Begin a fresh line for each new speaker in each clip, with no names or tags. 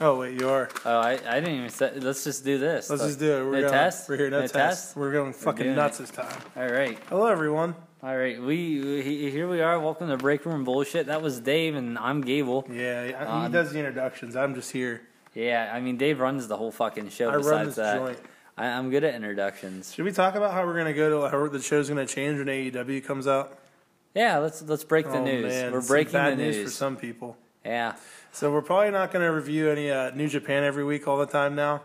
Oh wait, you are.
Oh, I, I didn't even say. Let's just do this.
Let's just do it. We're
the
going,
test.
We're here to
The
test.
test?
We're going fucking
doing it.
nuts this time.
All right,
Hello, everyone.
all right. We, we he- here we are. Welcome to break room bullshit. That was Dave, and I'm Gable.
Yeah, he
Um,
does the introductions. I'm just here.
Yeah, I mean Dave runs the whole fucking show.
I run
besides
this
that,
joint.
I, I'm good at introductions.
Should we talk about how we're gonna go to how the show's gonna change when AEW comes out?
Yeah, let's let's break the
oh
news.
man,
We're
some
breaking
bad
the news.
for some people.
yeah,
So we're probably not gonna review any uh, New Japan every week all the time now,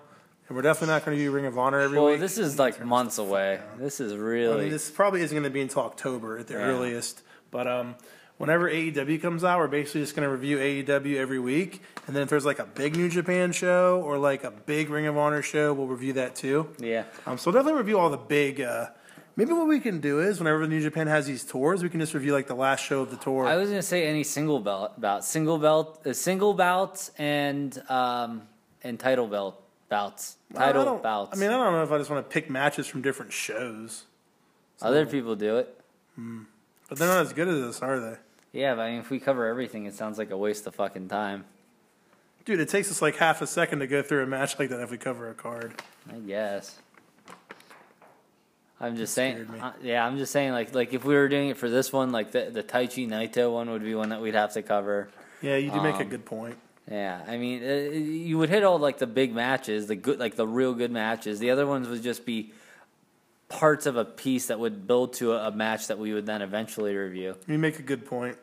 and we're definitely not gonna do Ring of Honor every
well,
week.
this is like months away. This is
I
really
mean, this probably isn't going to be until October at the
Yeah.
earliest. But um, whenever AEW comes out, we're basically just going to review AEW every week. And then if there's like a big New Japan show or like a big Ring of Honor show, we'll review that too.
yeah.
Um, so we'll definitely review all the big. Uh, maybe what we can do is whenever New Japan has these tours, we can just review like the last show of the tour.
I was gonna say any single belt bout, single belt, uh, single bouts, and um and title belt bouts,
I
title
don't-
bouts.
I mean, I don't know if I just want to pick matches from different shows,
other people do it.
but they're not as good as us, are they?
Yeah, but I mean, if we cover everything, it sounds like a waste of fucking time.
Dude, it takes us like half a second to go through a match like that if we cover a card.
I guess. I'm just saying,
scared me.
uh, yeah, I'm just saying, like, like if we were doing it for this one, like the the Taichi Naito one would be one that we'd have to cover.
Yeah, you do make a good point.
Yeah, I mean, uh, you would hit all like the big matches, the good, like the real good matches. The other ones would just be parts of a piece that would build to a, a match that we would then eventually review.
You make a good point.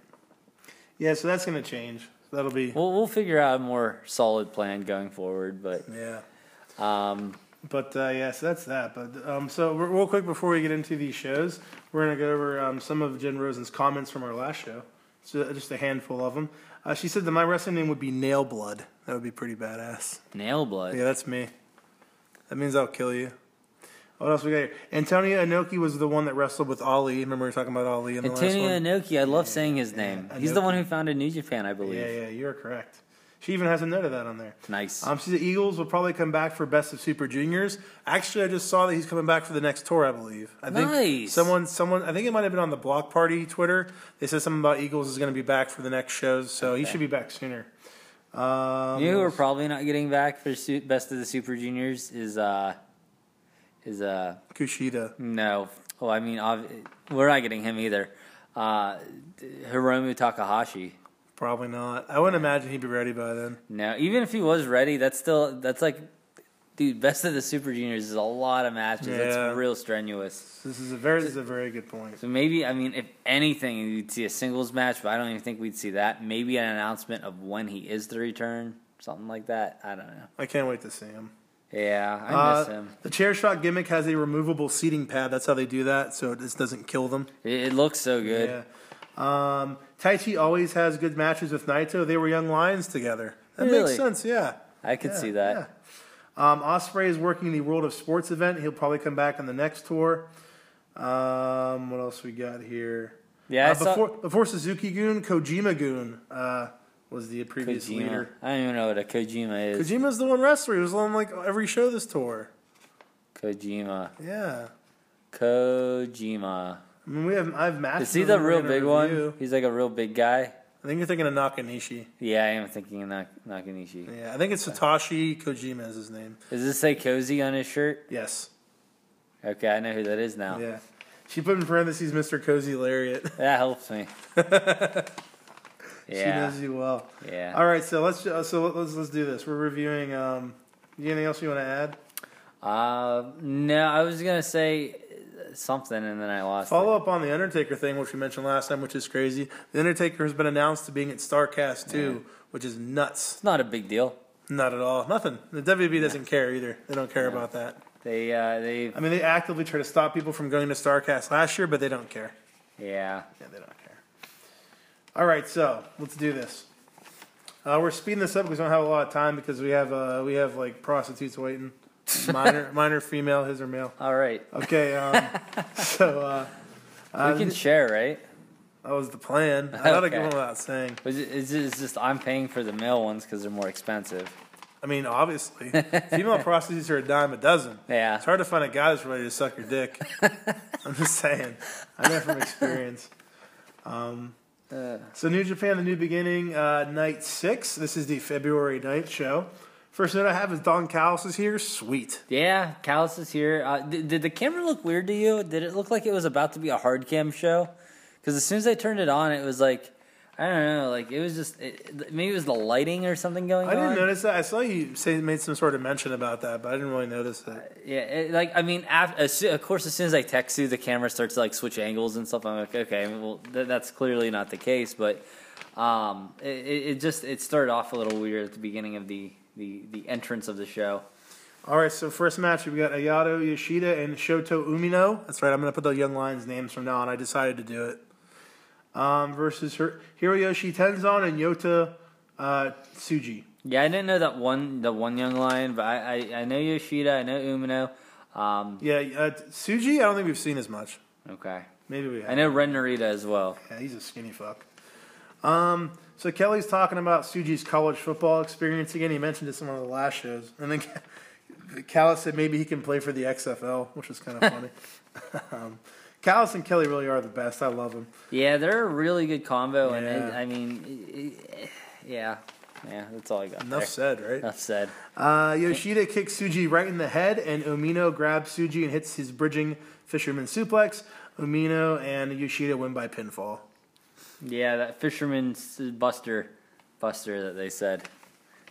Yeah, so that's going to change. That'll be
We'll we'll figure out a more solid plan going forward, but
yeah.
um,
But uh, yeah, so that's that. But um, so re- real quick before we get into these shows, we're going to go over um, some of Jen Rosen's comments from our last show. So just a handful of them. Uh, she said that my wrestling name would be Nail Blood. That would be pretty badass.
nail blood.
Yeah, that's me. That means I'll kill you. What else we got here? Antonio Inoki was the one that wrestled with Ali. Remember we were talking about Ali in the last
Antonio
one?
Inoki, I love saying his name. He's the
Inoki.
one who founded New Japan, I believe.
Yeah, yeah, you're correct. She even has a note of that on there.
Nice.
Um, see, the Eagles will probably come back for Best of Super Juniors. Actually, I just saw that he's coming back for the next tour, I believe. I think
Nice.
someone, someone, I think it might have been on the Block Party Twitter. They said something about Eagles is going to be back for the next shows, so he should be back sooner. Um,
you who are probably not getting back for su- best of the Super Juniors is uh is uh
Kushida.
No. Well, I mean, ob- we're not getting him either. Uh, Hiromu Takahashi.
Probably not. I wouldn't imagine he'd be ready by then.
No, even if he was ready, that's still that's like, dude, best of the Super Juniors is a lot of matches.
Yeah.
That's real strenuous.
This is a very, this is a very good point.
So maybe I mean, if anything, you'd see a singles match, but I don't even think we'd see that. Maybe an announcement of when he is the return, something like that. I don't know.
I can't wait to see him.
Yeah, I
Uh,
miss him.
the chair shot gimmick has a removable seating pad. That's how they do that, so it just doesn't kill them.
It, it looks so good.
Yeah. Um, Taichi always has good matches with Naito. They were young lions together. That makes
Really?
sense, yeah.
I could
Yeah,
see that.
yeah. Um, Osprey is working the World of Sports event. He'll probably come back on the next tour. Um, what else we got here?
Yeah,
Uh,
I saw-
before before Suzuki Goon, Kojima Goon uh, was the previous
Kojima.
leader.
I don't even know what a Kojima is.
Kojima's the one wrestler. He was on like every show this tour.
Kojima.
Yeah,
Kojima.
I mean we have I've matched.
Is he
him
the
that we're
real
gonna
big
review.
one? He's like a real big guy.
I think you're thinking of Nakanishi.
Yeah, I am thinking of Nak- Nakanishi.
Yeah, I think it's Satoshi Kojima is his name.
Does this say cozy on his shirt?
Yes.
Okay, I know who that is now.
Yeah. She put in parentheses Mr. Cozy Lariat.
That helps me.
she
yeah.
knows you well.
Yeah.
All right, so let's uh, so let's let's do this. We're reviewing. Um, you anything else you want to add?
Uh, no, I was gonna say something and then I lost.
Follow up on the Undertaker thing, which we mentioned last time, which is crazy. The Undertaker has been announced to being at StarCast two, which is nuts.
It's not a big deal.
Not at all. Nothing. The WWE doesn't care either. They don't care about that.
They uh they
I mean, they actively try to stop people from going to StarCast last year, but they don't care.
yeah.
Yeah, they don't care. All right, so let's do this. Uh, we're speeding this up because we don't have a lot of time because we have uh, we have like prostitutes waiting, minor minor female, his or male.
All right,
Okay, um, so uh,
we can share, right?
that was the plan. I thought I
Okay.
go without saying.
Is it, is it- it's just I'm paying for the male ones because they're more expensive.
I mean, obviously, female prostitutes are a dime a dozen.
Yeah.
It's hard to find a guy that's ready to suck your dick. I'm just saying. I know from experience. Um, So New Japan, the New Beginning, uh, night six. This is the February 9th show. First note I have is Don Callis is here. Sweet.
Yeah, Callus is here. Uh, did, did the camera look weird to you? Did it look like it was about to be a hard cam show? Because as soon as I turned it on, it was like, I don't know, like it was just it, maybe it was the lighting or something going
I
on.
didn't notice that. I saw you say made some sort of mention about that, but I didn't really notice that.
Yeah, it, like I mean, after, as, soo- of course, as soon as I text you, the camera starts to like switch angles and stuff. I'm like, okay, well, th- that's clearly not the case. But um, it, it it just it started off a little weird at the beginning of the the, the entrance of the show.
All right, so first match we've got Ayato Yoshida and Shoto Umino. That's right. I'm going to put the young lions' names from now on. I decided to do it. Um, versus Hir- Hiroyoshi Tenzon and Yota uh, Tsuji.
Yeah, I didn't know that one the one young lion, but I I, I know Yoshida, I know Umino. Um,
Yeah, uh, Tsuji. I don't think we've seen as much.
okay,
Maybe we have.
I know Ren Narita as well.
Yeah, he's a skinny fuck. Um, so Kelly's talking about Suji's college football experience again. He mentioned this in one of the last shows, and then Callis said maybe he can play for the XFL, which is kind of funny. um, Callis and Kelly really are the best. I love them.
Yeah, they're a really good combo, and it,
Yeah.
I mean, i- i- yeah, yeah, that's all I got.
Enough
there.
said, right?
Enough said.
Uh, Yoshida kicks Suji right in the head, and Omino grabs Suji and hits his bridging fisherman suplex. Omino and Yoshida win by pinfall.
Yeah, that fisherman's buster, buster that they said.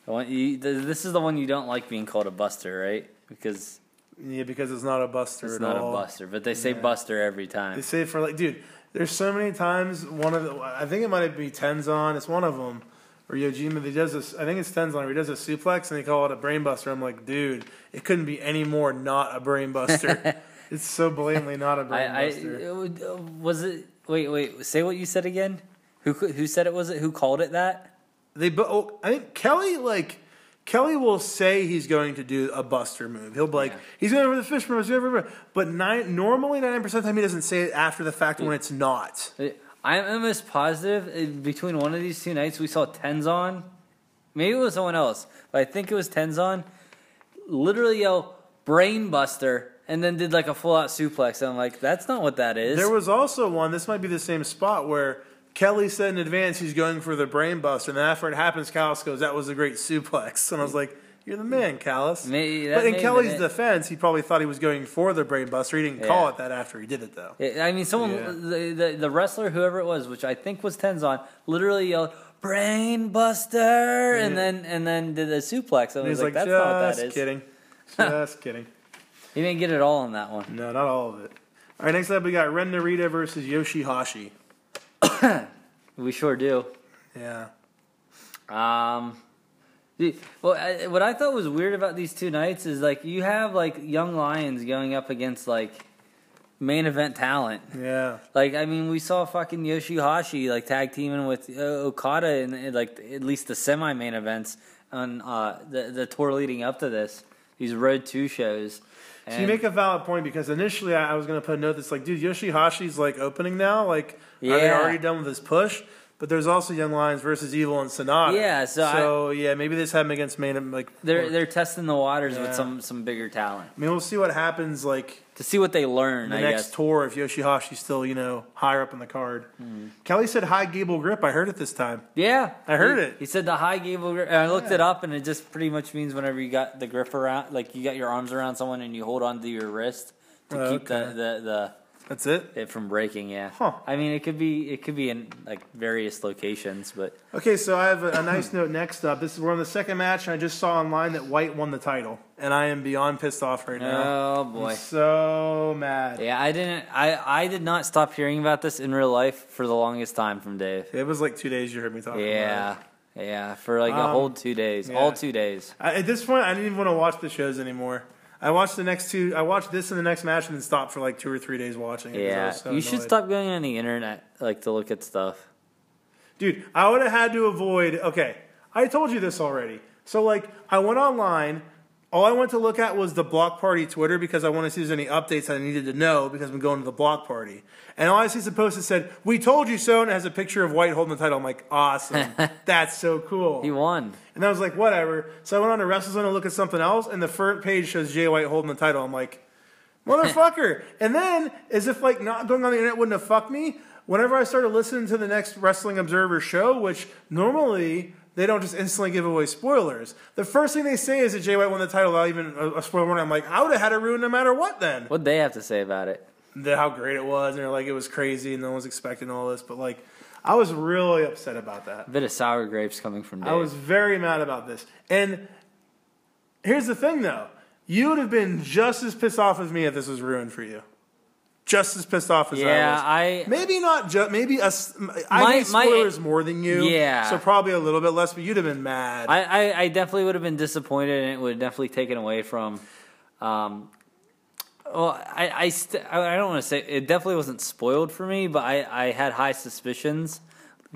The one you, th- this is the one you don't like being called a buster, right? Because
Yeah, because it's not a buster
it's
at
not
all.
a buster, but they say
Yeah.
buster every
They
time.
say it for like, dude. There's so many times one of the. I think it might be Tenzon. It's one of them. Or Yojima, he does this. I think it's Tenzon. Where he does a suplex and they call it a brainbuster. I'm like, dude, it couldn't be any more not a brainbuster. it's so blatantly not a
I, I
brainbuster.
it would- uh, was it. Wait, wait. Say what you said again. Who cou- who said it was it? Who called it that?
They, but oh, I think Kelly like. Kelly will say he's going to do a buster move. He'll be like,
Yeah.
he's going for the fish move, he's going for the But nine, normally 90% of the time he doesn't say it after the fact when it's not.
Uh, I'm almost positive uh, between one of these two nights we saw Tenzon. Maybe it was someone else, but I think it was Tenzon. Literally yell brainbuster and then did like a full out suplex. I'm like, that's not what that is.
There was also one. This might be the same spot where Kelly said in advance he's going for the brain buster, and then after it happens, Callis goes, "That was a great suplex," and I was like, "You're the man, Callis."
Maybe- that
but in
may have
Kelly's
been it.
defense, he probably thought he was going for the brain buster. He didn't call
Yeah.
it that after he did it, though.
I mean, someone,
Yeah.
the, the, the wrestler, whoever it was, which I think was Tenzon, literally yelled "Brain Buster" and
Yeah.
then and then did a suplex. I
And he's
was
like,
like, "That's
"Just
not what that is."
kidding, just kidding."
He didn't get it all on that one.
No, not all of it. All right, next up we got Ren Narita versus Yoshihashi.
We sure do.
Yeah,
Um, the- well, I, what I thought was weird about these two nights is like you have like young lions going up against like main event talent.
yeah.
Like I mean, we saw fucking Yoshihashi like tag teaming with uh, Okada in, in like at least the semi main events on uh, the the tour leading up to this. These Road Two shows.
So you make a valid point because initially I, I was going to put a note that's like, dude, Yoshihashi's like opening now. Like, are they
Yeah.
already done with this push? But there's also Young Lions versus Evil and Sonata.
Yeah, so I-
yeah, maybe this happened against Main. Like,
they're
or-
they're testing the waters
Yeah.
with some some bigger talent
I mean, we'll see what happens like
to see what they learn.
the
I
next
guess.
tour if Yoshihashi's still you know higher up in the card.
Hmm.
Kelly said high gable grip. I heard it this time.
Yeah,
I heard
He-
it.
He said the high gable. grip. And I looked it up, and it just pretty much means whenever you got the grip around, like you got your arms around someone and you hold on to your wrist to
Oh,
keep the,
okay.
the
That's it.
the it from breaking. Yeah.
Huh.
I mean, it could be it could be in like various locations, but
Okay, so I have a, a nice note next up. This is we're on the second match, and I just saw online that White won the title, and I am beyond pissed off right now.
oh
I'm
boy.
so mad.
Yeah, I didn't. I I did not stop hearing about this in real life for the longest time from Dave.
It was like two days you heard me talking
Yeah.
about
Yeah, for like a
Oh, Um,
whole two days,
yeah.
all two days.
it. I, at this point, I didn't even want to watch the shows anymore. I watched the next two. I watched this and the next match, and then stopped for like two or three days watching. it 'cause I
Yeah,
was so
you should
annoyed.
stop going on the internet like to look at stuff.
dude. I would have had to avoid. Okay, I told you this already. So like, I went online. All I went to look at was the block party Twitter because I wanted to see if there's any updates I needed to know because I'm going to the block party. And all I see is a post that said, "We told you so," and it has a picture of White holding the title. I'm like, awesome. That's so cool.
He won.
And I was like, whatever. So I went on to WrestleZone to look at something else, and the front page shows Jay White holding the title. I'm like, motherfucker. and then, as if like not going on the internet wouldn't have fucked me, Whenever I started listening to the next Wrestling Observer show, which normally they don't just instantly give away spoilers, the first thing they say is that Jay White won the title without even a, a spoiler warning. I'm like, I would have had it ruined no matter what then.
What'd they have to say about it?
The, how great it was, and they're like, it was crazy, and no one was expecting all this. But like, I was really upset about that.
A bit of sour grapes coming from Dave.
I was very mad about this. And here's the thing, though. You would have been just as pissed off as me if this was ruined for you. Just as pissed off as
yeah,
I was.
I
Maybe not just, maybe a, s- I
My-
hate
my-
spoilers more than you.
Yeah.
So probably a little bit less, but you'd have been mad.
I, I, I definitely would have been disappointed, and it would have definitely taken away from. Um, well, I I, st- I I don't want to say it definitely wasn't spoiled for me, but I, I had high suspicions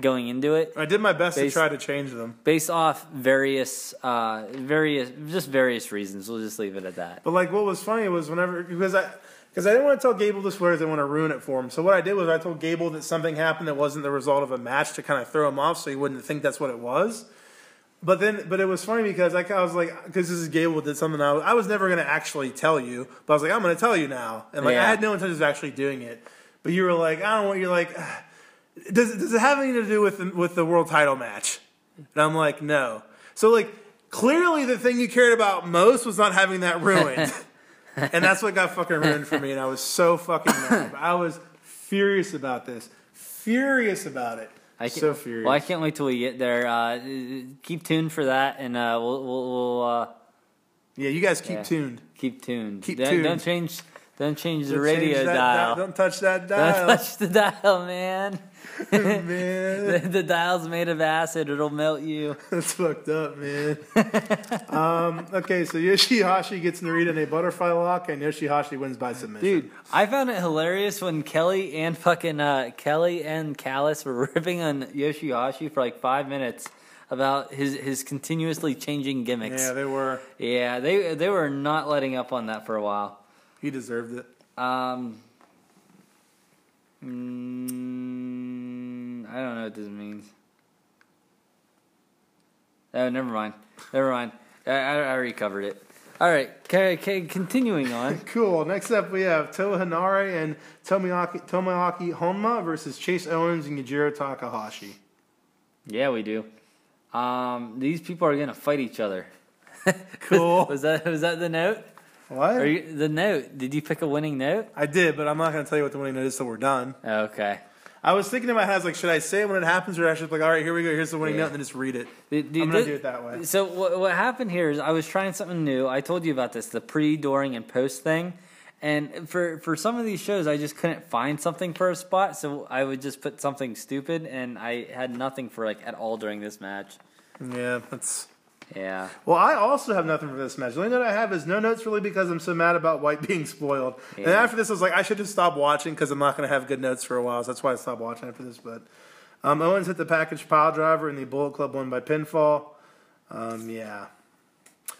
going into it
I did my best
Based-
to try to change them.
based off various uh various just various reasons. We'll just leave it at that.
But like, what was funny was whenever because I because I didn't want to tell Gable the swears, I didn't want to ruin it for him. So what I did was I told Gable that something happened that wasn't the result of a match to kind of throw him off, so he wouldn't think that's what it was. But then, but it was funny because I, I was like, because this is Gable did something I was, I was never going to actually tell you, but I was like, I'm going to tell you now, and like
Yeah.
I had no intention of actually doing it. But you were like, I don't want. You're like, "Ah, does does it have anything to do with the, with the world title match? And I'm like, no. So like clearly the thing you cared about most was not having that ruined. and that's what got fucking ruined for me and I was so fucking mad. I was furious about this. Furious about it.
I can't,
so furious.
Well, I can't wait till we get there. Uh, keep tuned for that, and uh, we'll we'll, we'll uh,
yeah, you guys keep
Yeah.
tuned.
keep tuned.
Keep
don't,
tuned.
Don't change. Don't change the
Don't change
radio
that
dial.
Don't touch that
Don't
dial.
touch the dial, man.
man.
the, the dial's made of acid; it'll melt you.
That's fucked up, man. um, okay, so Yoshihashi gets Narita in a butterfly lock and Yoshihashi wins by submission.
Dude, I found it hilarious when Kelly and fucking uh, Kelly and Callis were ripping on Yoshihashi for like five minutes about his his continuously changing gimmicks.
Yeah,
Yeah,
they were.
they, they were not letting up on that for a while.
He deserved it.
Um. mm, I don't know what this means. Oh, never mind. Never mind. I, I, I recovered it. All right. Okay, okay, continuing on.
Cool. Next up, we have Toa Hanare and Tomoyaki, Tomoyaki Honma versus Chase Owens and Yujiro Takahashi.
yeah, we do. Um, these people are gonna fight each other.
Cool.
was that was that the note? Are
What?
you, the note? Did you pick a winning note?
I did, but I'm not going to tell you what the winning note is till we're done.
Okay.
I was thinking in my head, I was like, should I say it when it happens, or I should be like, all right, here we go, here's the winning
Yeah.
note, and then just read it.
The- the-
I'm gonna
the-
do it that way.
So what, what happened here is I was trying something new. I told you about this, the pre, during, and post thing. And for for some of these shows, I just couldn't find something for a spot, so I would just put something stupid, and I had nothing for like at all during this match.
Yeah, that's.
Yeah,
Well, I also have nothing for this match. The only note I have is no notes really because I'm so mad about White being spoiled. And
Yeah.
after this, I was like, I should just stop watching because I'm not going to have good notes for a while. So that's why I stopped watching after this. But um, Owens hit the package pile driver and the Bullet Club won by pinfall. Um, yeah.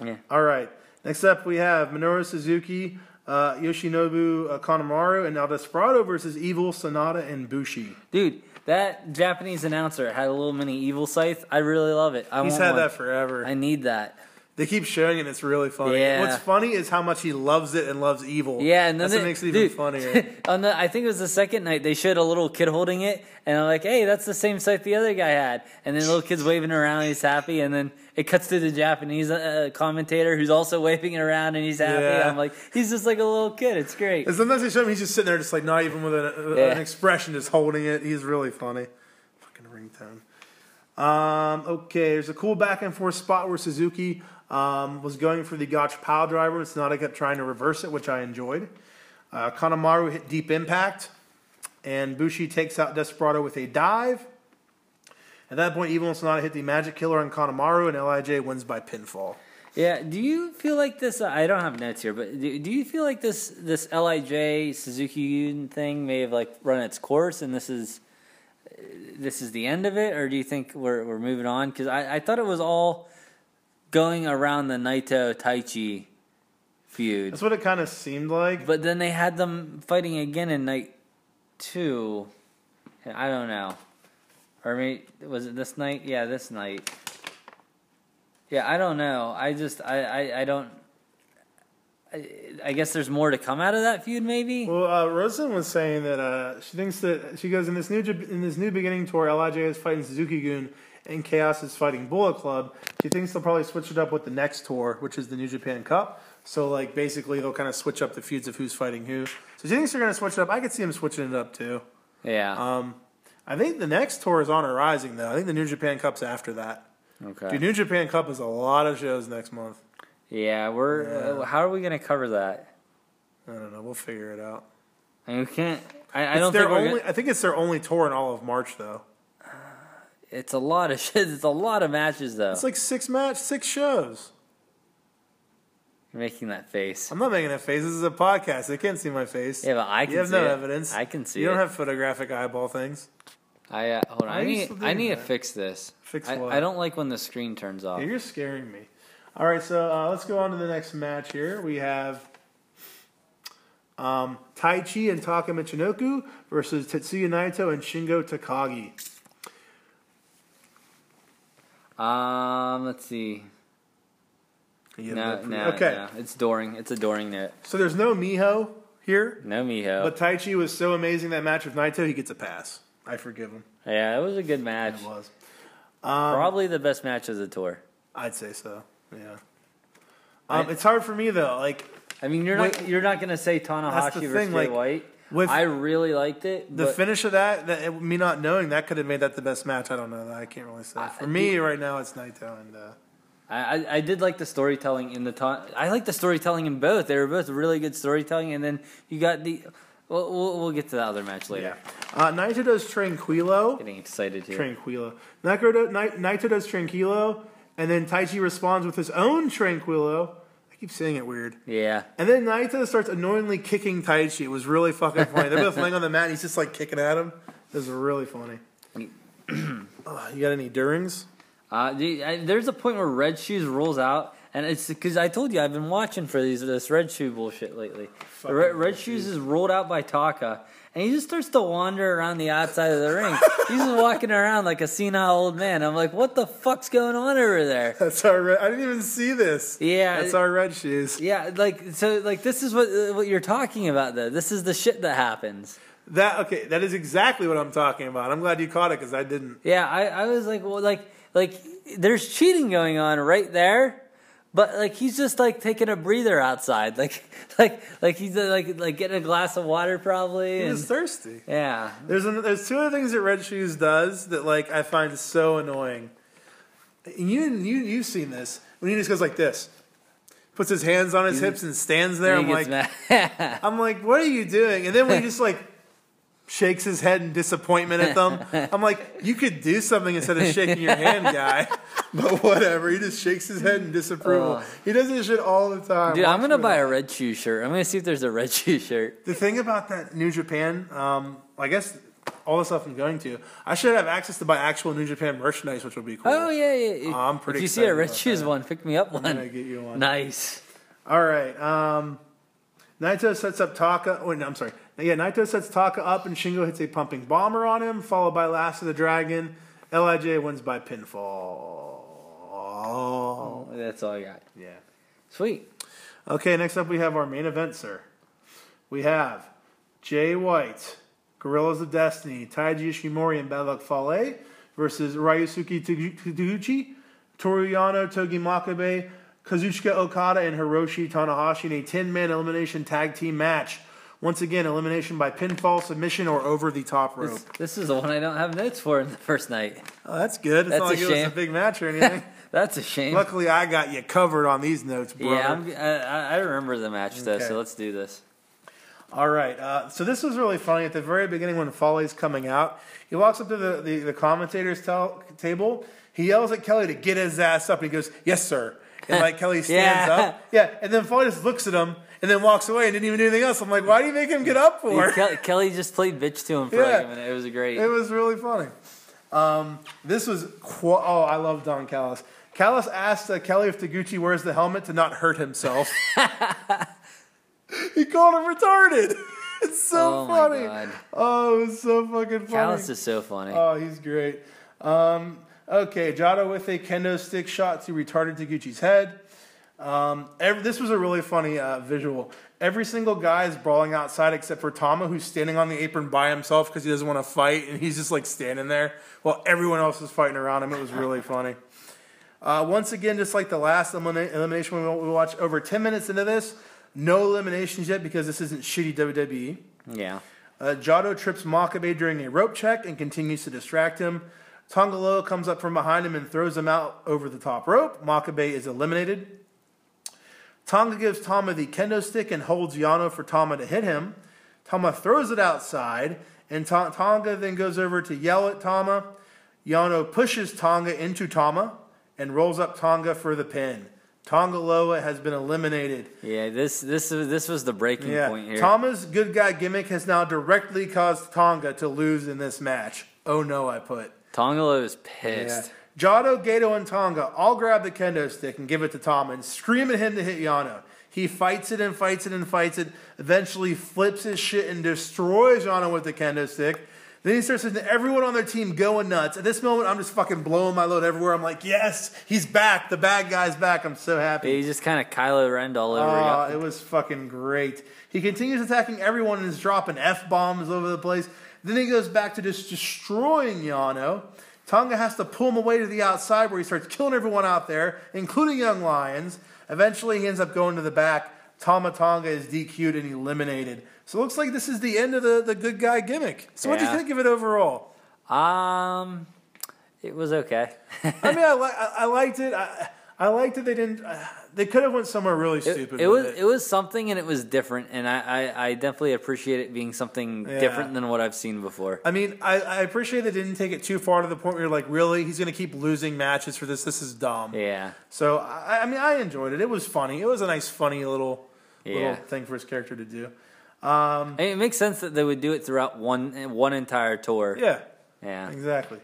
yeah.
All right. Next up, we have Minoru Suzuki, uh, Yoshinobu uh, Kanemaru, and El Desperado versus Evil, Sonata, and Bushi.
Dude, that Japanese announcer had a little mini evil scythe. I really love it. I
He's
want
had
one.
that forever.
Oh I need that.
They keep showing it. and It's really funny.
Yeah.
What's funny is how much he loves it and loves evil.
Yeah, and then
that's what
they-
makes it even
dude,
funnier.
on the, I think it was the second night they showed a little kid holding it, and I'm like, "Hey, that's the same site the other guy had." And then the little kid's waving it around, he's happy, and then it cuts to the Japanese uh, commentator who's also waving it around, and he's happy.
Yeah.
I'm like, he's just like a little kid. It's great.
And sometimes they show him. He's just sitting there, just like not even with an,
Yeah.
an expression, just holding it. He's really funny. Fucking ringtone. Um, okay, there's a cool back and forth spot where Suzuki um, was going for the Gotch pile driver, and Sonata kept trying to reverse it, which I enjoyed. Uh, Kanemaru hit deep impact, and Bushi takes out Desperado with a dive. At that point, Evil and Sonata hit the Magic Killer on Kanemaru, and Lij wins by pinfall.
yeah. Do you feel like this? uh, I don't have notes here, but do, do you feel like this this Lij Suzuki Yuden thing may have like run its course, and this is uh, this is the end of it, or do you think we're we're moving on? Because I, I thought it was all going around the Naito Taichi feud,
That's what it kind of seemed like.
but then they had them fighting again in night two. And I don't know, or maybe was it this night? Yeah, this night. Yeah, I don't know. I just I I, I don't. I guess there's more to come out of that feud, maybe.
Well, uh, Rosen was saying that uh, she thinks that she goes in this new Jap- in this new beginning tour. Lij is fighting Suzuki Goon, and Chaos is fighting Bullet Club. She thinks they'll probably switch it up with the next tour, which is the New Japan Cup. So like basically they'll kind of switch up the feuds of who's fighting who. So she thinks they're going to switch it up. I could see them switching it up too.
yeah.
Um, I think the next tour is Honor Rising though. I think the New Japan Cup's after that.
okay.
Dude, New Japan Cup is a lot of shows next month.
yeah, we're.
Yeah.
Uh, how are we gonna cover that?
I don't know. We'll figure it out.
I mean, we can't. I, I
It's
don't
their
think we're.
only.
gonna,
I think it's their only tour in all of March though.
it's a lot of shit. It's a lot of matches, though.
It's like six match, six shows.
You're making that face.
I'm not making that face. This is a podcast. They can't see my face.
Yeah, but I can
you have
see
no
it.
evidence.
I can see
You don't
it.
have photographic eyeball things.
I uh, hold on.
Why
I
are you
need.
still
I
doing
need to
that?
fix this.
Fix
I,
what?
I don't like when the screen turns off.
Yeah, you're scaring me. All right, so uh, let's go on to the next match here. We have um, Tai Chi and Taka Michinoku versus Tetsuya Naito and Shingo Takagi.
Um, let's see.
You
no,
have
no,
okay.
no. It's Doring. It's a Doring note.
So there's no Miho here,
No, Miho.
but Tai Chi was so amazing that match with Naito, he gets a pass. I forgive him.
yeah, it was a good match.
It was.
Probably the best match of the tour.
I'd say so. Yeah. Um, it's hard for me though. Like
I mean, you're
Wait.
not you're not gonna say Tanahashi
That's the
versus
thing,
Jay
like,
White.
with
I really liked it.
the
but
finish of that, that it- me not knowing that could have made that the best match. I don't know that. I can't really say.
I-
For me right now, it's Naito and. Uh,
I, I I did like the storytelling in the ton. I like the storytelling in both. They were both really good storytelling. And then you got the. We'll, we'll, we'll get to the other match later.
Yeah. Uh, Naito does Tranquilo.
Getting excited here.
Tranquilo. Naito, do, Ni- Naito does Tranquilo, and then Taichi responds with his own Tranquilo. I keep saying it weird.
Yeah.
And then Naito starts annoyingly kicking Taichi. It was really fucking funny. They're both laying on the mat, and he's just like kicking at him. It was really funny. Ugh, you got any durings?
Uh, the, I, there's a point where Red Shoes rolls out, and it's because I told you I've been watching for these this Red Shoe bullshit lately.
Fucking
Red,
Red
Red Shoes is rolled out by Taka, and he just starts to wander around the outside of the ring. He's just walking around like a senile old man. I'm like, what the fuck's going on over there?
That's our red. I didn't even see this.
Yeah.
That's our red shoes.
Yeah, like so, like this is what uh, what you're talking about though. This is the shit that happens.
That okay? That is exactly what I'm talking about. I'm glad you caught it because I didn't.
Yeah, I, I was like, well, like, like there's cheating going on right there, but like he's just like taking a breather outside, like, like, like he's uh, like, like getting a glass of water probably,
He
and
was thirsty.
yeah,
There's an, there's two other things that Red Shoes does that like I find so annoying. And you you you've seen this when he just goes like this, puts his hands on his hips and stands there.
And
I'm
he
like
gets mad.
I'm like, what are you doing? And then when he just like shakes his head in disappointment at them, I'm like, you could do something instead of shaking your hand, guy. But whatever, he just shakes his head in disapproval.
Ugh.
He does this shit all the time.
Oh. dude, I'm
Watch
gonna
for
buy
that.
a red shoe shirt. I'm gonna see if there's a red shoe shirt.
The thing about that New Japan, um, I guess all the stuff I'm going to, I should have access to buy actual New Japan merchandise, which would be cool.
Oh yeah, yeah. yeah.
I'm pretty
If you see a
excited
red
about
shoes
that.
one, pick me up
I'm gonna
one.
get you one.
Nice.
All right. Um, Naito sets up Taka. Wait, no, I'm sorry. Yeah, Naito sets Taka up, and Shingo hits a pumping bomber on him, followed by Last of the Dragon. Lij wins by pinfall.
Oh, That's all I got.
Yeah.
Sweet.
Okay. Next up, we have our main event, sir. We have Jay White, Gorillas of Destiny, Taiji Ishimori, and Bad Luck Fale versus Ryusuke Tegu- Taguchi, Toruyano Togimakabe, Kazuchika Okada, and Hiroshi Tanahashi in a 10 man elimination tag team match. Once again, elimination by pinfall, submission, or over the top rope.
This, this is the one I don't have notes for in the first night.
oh, that's good. It's
That's
not like
a
it was a
shame.
big match or anything.
That's a shame.
Luckily, I got you covered on these notes, brother.
Yeah, I'm, I, I remember the match though,
Okay.
so let's do this.
All right. Uh, so this was really funny at the very beginning when Foley's coming out. He walks up to the, the, the commentator's tel- table. He yells at Kelly to get his ass up, and he goes, "Yes, sir." And like Kelly stands
Yeah.
up, yeah. And then Foley just looks at him and then walks away and didn't even do anything else. I'm like, why do you make him get up for?
Kelly, Kelly just played bitch to him for like
Yeah.
a minute. It was great.
It was really funny. Um, this was qu- oh, I love Don Callis. Callis asked uh, Kelly if Taguchi wears the helmet to not hurt himself. he called him retarded. It's so
oh
funny.
my god,
Oh, it was so fucking funny.
Callis is so funny.
oh, he's great. Um, okay, Jado with a kendo stick shot to retarded Taguchi's head. Um, ev this was a really funny uh, visual. Every single guy is brawling outside except for Tama, who's standing on the apron by himself because he doesn't want to fight, and he's just like standing there while everyone else is fighting around him. It was really funny. Uh, once again, just like the last elimina- elimination we wa- we watched, over 10 minutes into this, no eliminations yet because this isn't shitty E. WWE.
Yeah.
Uh, Jado trips Makabe during a rope check and continues to distract him. Tongaloa comes up from behind him and throws him out over the top rope. Makabe is eliminated. Tonga gives Tama the kendo stick and holds Yano for Tama to hit him. Tama throws it outside, and Ta- Tonga then goes over to yell at Tama. Yano pushes Tonga into Tama and rolls up Tonga for the pin. Tongaloa has been eliminated.
Yeah, this this was- this was the breaking point here.
Tama's good guy gimmick has now directly caused Tonga to lose in this match. Oh no, I put.
Tongalo is
Yeah.
pissed.
Jado, Gato, and Tonga all grab the kendo stick and give it to Tama and scream at him to hit Yano. He fights it and fights it and fights it, eventually flips his shit and destroys Yano with the kendo stick. Then he starts hitting everyone on their team going nuts. At this moment, I'm just fucking blowing my load everywhere. I'm like, yes, he's back. The bad guy's back. I'm so happy.
He just kind of Kylo Ren all over
Oh,
again.
it was fucking great. He continues attacking everyone and is dropping f bombs over the place. Then he goes back to just destroying Yano. Tonga has to pull him away to the outside where he starts killing everyone out there, including young lions. Eventually, he ends up going to the back. Tama Tonga is DQ'd and eliminated. So it looks like this is the end of the, the good guy gimmick. So what do you
Yeah.
think of it overall?
Um, it was okay.
I mean, I, li- I, I liked it. I, I liked it. They didn't. Uh, they could have went somewhere really
it,
stupid.
it
with
was it was something, and it was different, and I I, I definitely appreciate it being something
Yeah.
different than what I've seen before.
I mean, I, I appreciate they didn't take it too far to the point where you're like, really, he's going to keep losing matches for this. This is dumb.
Yeah.
So I, I mean, I enjoyed it. It was funny. It was a nice, funny little
Yeah.
little thing for his character to do.
I mean, it makes sense that they would do it throughout one one entire tour.
Yeah,
Yeah.
exactly.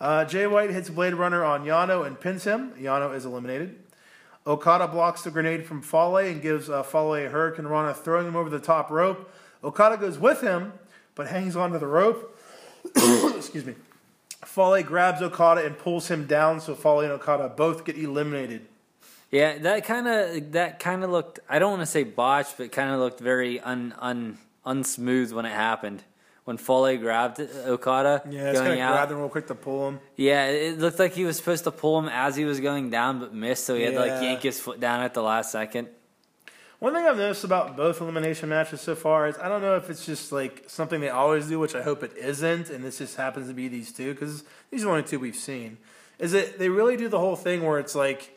Uh, Jay White hits Blade Runner on Yano and pins him. Yano is eliminated. Okada blocks the grenade from Fale and gives uh, Fale a Hurricane Rana, throwing him over the top rope. Okada goes with him, but hangs onto the rope. Excuse me. Fale grabs Okada and pulls him down, so Fale and Okada both get eliminated.
Yeah, that kind of that kind of looked. I don't want to say botched, but kind of looked very un un unsmooth when it happened. When Foley grabbed Okada
Yeah, it's going to
going out,
grab them real quick to pull him.
yeah, it looked like he was supposed to pull him as he was going down, but missed. So he had to
Yeah.
like yank his foot down at the last second.
One thing I've noticed about both elimination matches so far is I don't know if it's just like something they always do, which I hope it isn't, and this just happens to be these two because these are the only two we've seen. Is that they really do the whole thing where it's like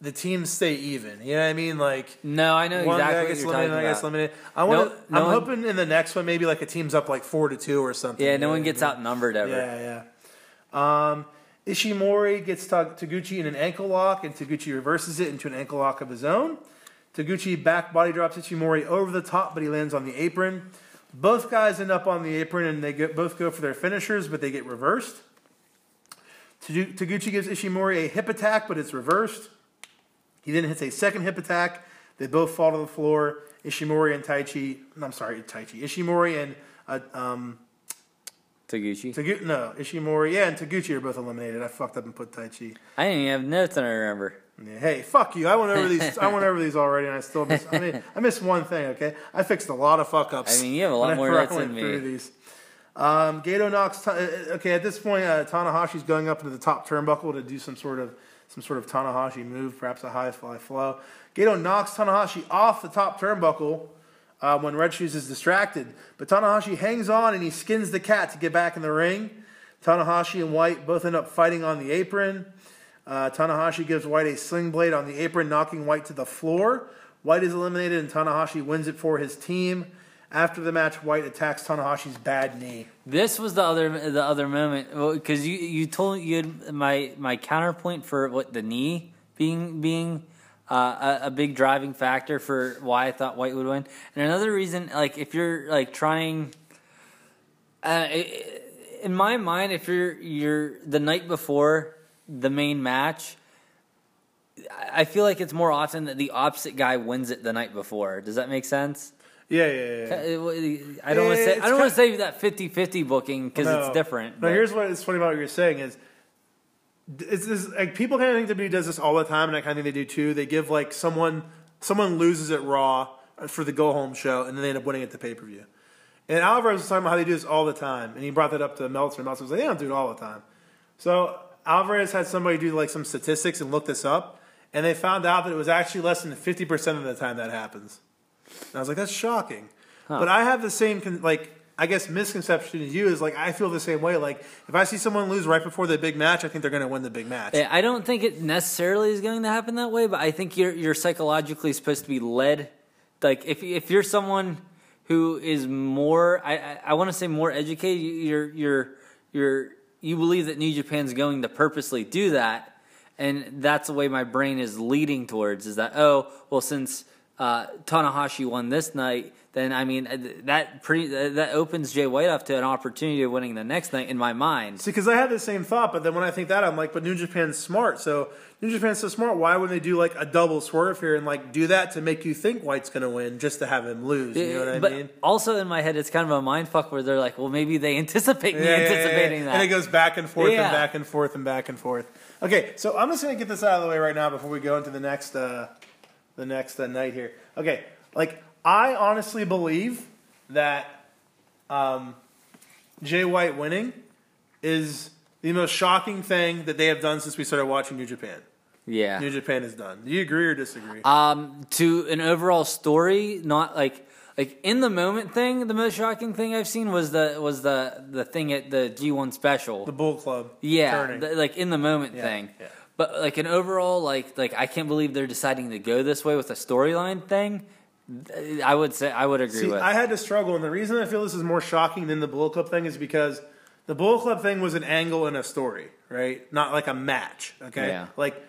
the teams stay even? You know what I mean? Like
No, I know
one
exactly
guy
what
gets
you're
eliminated,
talking
I
about.
gets eliminated. I want. to
no
I'm
one-
hoping in the next one maybe like a team's up like four to two or something.
Yeah,
you know
no
what
one
I
gets
mean?
outnumbered ever.
Yeah, yeah. Um, Ishimori gets Ta- Taguchi in an ankle lock, and Taguchi reverses it into an ankle lock of his own. Taguchi back body drops Ishimori over the top, but he lands on the apron. Both guys end up on the apron, and they get, both go for their finishers, but they get reversed. Tagu- Taguchi gives Ishimori a hip attack, but it's reversed. He then hits a second hip attack. They both fall to the floor. Ishimori and Taichi, I'm sorry, Taichi. Ishimori and uh, um,
Taguchi.
Tagu- no, Ishimori, yeah, and Taguchi are both eliminated. I fucked up and put Taichi.
I didn't even have notes and I remember.
Yeah, hey, fuck you. I went over these. I went over these already, and I still miss. I mean, I missed one thing. Okay, I fixed a lot of fuck ups.
I mean, you have a lot more
whenever I
notes than
went through
me.
These. Um, Gato knocks. Ta- uh, okay, at this point, uh, Tanahashi's going up into the top turnbuckle to do some sort of some sort of Tanahashi move, perhaps a high fly flow. Gato knocks Tanahashi off the top turnbuckle. Uh, when Red Shoes is distracted, but Tanahashi hangs on and he skins the cat to get back in the ring. Tanahashi and White both end up fighting on the apron. Uh, Tanahashi gives White a sling blade on the apron, knocking White to the floor. White is eliminated, and Tanahashi wins it for his team. After the match, White attacks Tanahashi's bad knee.
This was the other the other moment because you you told you had my my counterpoint for what the knee being being uh, a, a big driving factor for why I thought White would win, and another reason like if you're like trying. Uh, i- in my mind, if you're you're the night before the main match, I- I feel like it's more often that the opposite guy wins it the night before. Does that make sense?
Yeah, yeah, yeah.
Uh, it w- I don't want
Yeah,
to say
it's
I don't
kind-
want to say that 50-50 booking because
No.
it's different.
No,
but-
here's what's funny about what you're saying is it's, it's like people kind of think WWE does this all the time, and I kind of think they do too. They give like someone someone loses at Raw uh, for the go home show, and then they end up winning at the pay per view. And Alvarez was talking about how they do this all the time, and he brought that up to Meltzer. and Meltzer was like, "They don't do it all the time." So Alvarez had somebody do like some statistics and look this up, and they found out that it was actually less than fifty percent of the time that happens. And I was like, "That's shocking." But I have the same con- like I guess misconception as you is like I feel the same way. Like if I see someone lose right before the big match, I think they're going to win the big match.
Yeah, I don't think it necessarily is going to happen that way, but I think you're you're psychologically supposed to be led. Like if if you're someone who is more, I I, I want to say more educated, you- you're you're you're you believe that New Japan's going to purposely do that, and that's the way my brain is leading towards. Is that oh well since uh, Tanahashi won this night. Then I mean uh, th- that pre- uh, that opens Jay White up to an opportunity of winning the next night in my mind.
See, because I had the same thought, but then when I think that, I'm like, but New Japan's smart. So New Japan's so smart. Why would they do like a double swerve here and like do that to make you think White's going to win just to have him lose? You know what I
but
mean?
also in my head, it's kind of a mind fuck where they're like, well, maybe they anticipate me
Yeah, yeah, yeah,
anticipating
yeah.
that.
And it goes back and forth
Yeah.
and back and forth and back and forth. Okay, so I'm just gonna get this out of the way right now before we go into the next uh, the next uh, night here. Okay, like I honestly believe that um, Jay White winning is the most shocking thing that they have done since we started watching New Japan. New
yeah.
Japan has done. Do you agree or disagree?
Um, to an overall story, not like like in the moment thing. The most shocking thing I've seen was the was the the thing at the G one special.
the Bull Club.
yeah,
turning.
the- like in the moment thing.
yeah.
But like an overall, like like I can't believe they're deciding to go this way with a storyline thing. th- I would say I would agree
See,
with.
I had to struggle, and the reason I feel this is more shocking than the Bull Club thing is because the Bull Club thing was an angle and a story, right? Not like a match, okay?
Yeah.
Like,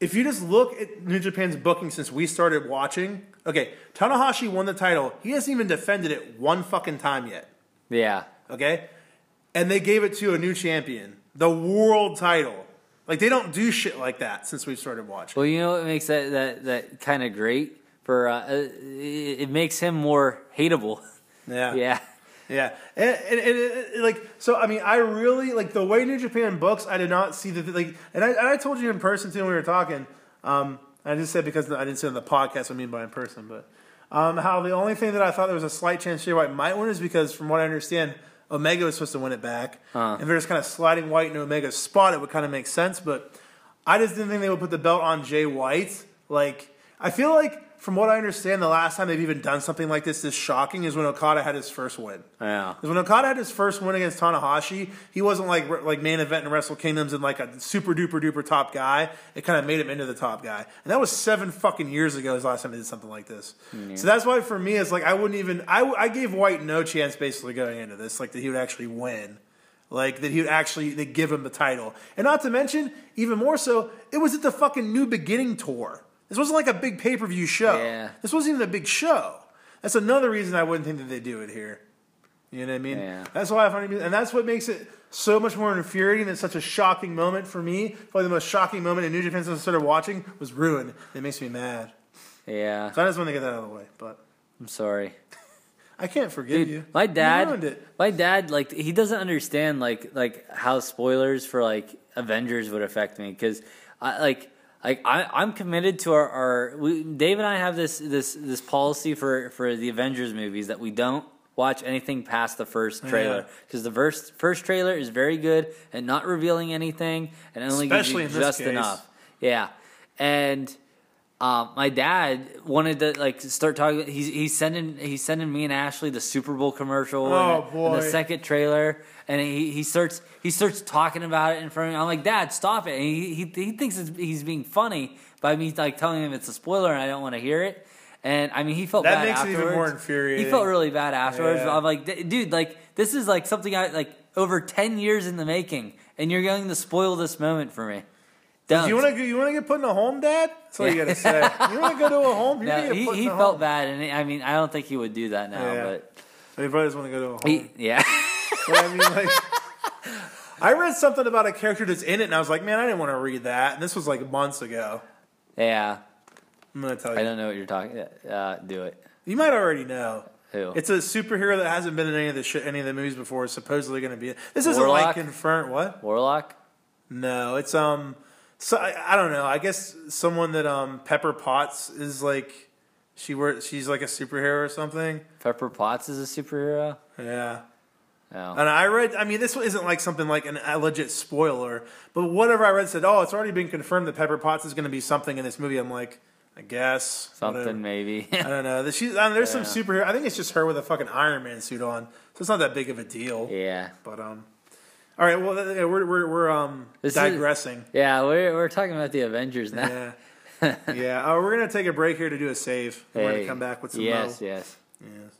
if you just look at New Japan's booking since we started watching, okay, Tanahashi won the title. He hasn't even defended it one fucking time yet,
yeah,
okay? And they gave it to a new champion, the world title. Like, they don't do shit like that since we've started watching.
Well, you know what makes that that that kind of great for uh, uh, it, it makes him more hateable. yeah,
Yeah, and, and, and, and, and, like so, I mean, I really like the way New Japan books. I did not see that like, and I, and I told you in person too when we were talking. Um, I just said because I didn't say on the podcast what I mean by in person, but um, how the only thing that I thought there was a slight chance Jay White might win is because from what I understand, Omega was supposed to win it back, and if they're just kind of sliding White into Omega's spot. It would kind of make sense, but I just didn't think they would put the belt on Jay White. Like, I feel like from what I understand, the last time they've even done something like this, this shocking, is when Okada had his first win.
yeah.
Because when Okada had his first win against Tanahashi, he wasn't like like main event in Wrestle Kingdoms and like a super duper duper top guy. It kind of made him into the top guy, and that was seven fucking years ago. His last time he did something like this. So that's why for me, it's like I wouldn't even I w- I gave White no chance basically going into this, like that he would actually win. Like that he would actually they give him the title, and not to mention even more so, it was at the fucking New Beginning tour. This wasn't like a big pay per view show.
Yeah.
This wasn't even a big show. That's another reason I wouldn't think that they do it here. You know what I mean?
Yeah.
That's why I find it, and that's what makes it so much more infuriating and such a shocking moment for me. Probably the most shocking moment in New Japan since I started watching was ruined. It makes me mad.
Yeah,
So I just want to get that out of the way, but
I'm sorry.
I can't forgive you.
My
you ruined
dad,
it.
my dad, like he doesn't understand like like how spoilers for like Avengers would affect me because I like like I, I'm committed to our our we, Dave and I have this this this policy for for the Avengers movies that we don't watch anything past the first trailer because the first first trailer is very good and not revealing anything and only
Especially in
gives
this
you just
case.
enough. Yeah, and um, my dad wanted to like start talking. He's he's sending he's sending me and Ashley the Super Bowl commercial.
Oh,
and, and
boy.
the second trailer, and he, he starts he starts talking about it in front of me. I'm like, Dad, stop it! And he he, he thinks it's, he's being funny by me like telling him it's a spoiler and I don't want to hear it. And I mean, he felt
That
bad
makes it even
afterwards.
more infuriating.
He felt really bad afterwards.
Yeah.
I'm like, "D- dude, like this is like something I like over ten years in the making, and you're going to spoil this moment for me.
Do you
Don't.
want to you want to get put in a home, Dad? That's all you gotta say. you want to go to a home? You're
No,
gonna get
he,
put in
he
a
felt
home.
bad, and he- I mean, I don't think he would do that now.
Yeah.
But
He probably doesn't want to go to a home.
he, yeah,
You know what I mean, like, I read something about a character that's in it, and I was like, man, I didn't want to read that. And this was like months ago.
yeah.
I'm gonna tell you.
I don't know what you're talking. Uh, do it.
You might already know.
Who?
It's a superhero that hasn't been in any of the shit, any of the movies before. Is supposedly going to be. This isn't like
Warlock?
confirmed. What?
Warlock.
No, it's um. So I, I don't know. I guess someone that um Pepper Potts is like she works. She's like a superhero or something.
Pepper Potts is a superhero.
Yeah.
No.
And I read, I mean, this isn't like something like an, a legit spoiler, but whatever I read said, oh, it's already been confirmed that Pepper Potts is going to be something in this movie. I'm like, I guess.
Something
whatever.
maybe.
I don't know. She's, I mean, there's
Yeah.
some superhero. I think it's just her with a fucking Iron Man suit on, so it's not that big of a deal.
yeah.
But, um, all right, well, th- yeah, we're, we're, we're um,
This is-
digressing.
Yeah, we're, we're talking about the Avengers now.
yeah. yeah. Uh, we're going to take a break here to do a save. We're going
Hey.
to come back with some
Yes,
Mo.
yes.
Yes.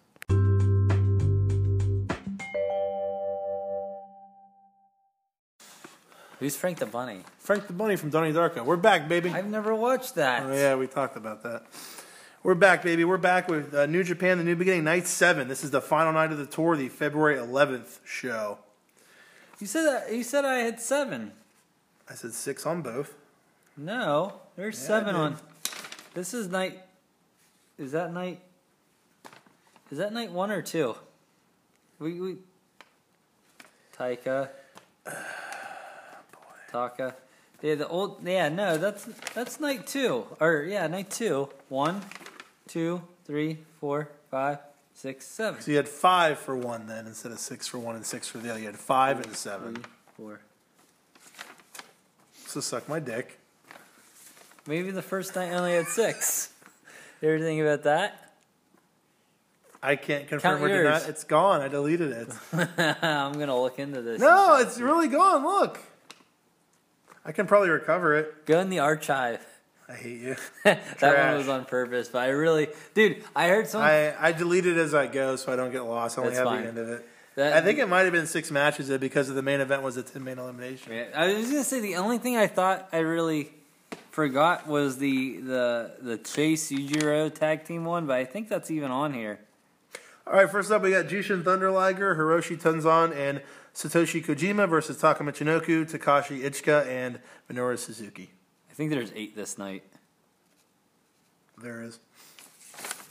Who's Frank the Bunny?
Frank the Bunny from Donnie Darko. We're back, baby.
I've never watched that.
Oh, yeah, we talked about that. We're back, baby. We're back with uh, New Japan, the New Beginning, night seven. This is the final night of the tour, the February 11th show.
You said that, you said I had seven.
I said six on both.
No, there's
Yeah, I
seven
did.
on. This is night. Is that night? Is that night one or two? We we. Taika. Taka. Yeah, the old. Yeah, no, that's that's night two. Or yeah, night two. One, two, three, four, five, six, seven.
So you had five for one then instead of six for one and six for the other. You had five and seven.
Mm-hmm. Four.
So suck my dick.
Maybe the first night I only had six. You ever think about that?
I can't confirm
Count
or deny.
yours.
It's gone. I deleted it.
I'm gonna look into this.
no, it's really gone. Look. I can probably recover it.
Go in the archive.
I hate you.
that
Trash.
one was on purpose, but I really, dude, I heard someone.
I, I delete it as I go so I don't get lost. I only
That's
have
fine.
the end of it.
that,
I think it might have been six matches though, because of the main event was a ten man elimination.
Yeah, I was gonna say the only thing I thought I really forgot was the the the Chase Yujiro tag team one, but I think that's even on here.
All right, first up we got Jushin Thunder Liger, Hiroshi Tenzan, and Satoshi Kojima versus Taka Michinoku, Takashi Ichika, and Minoru Suzuki.
I think there's eight this night.
There is.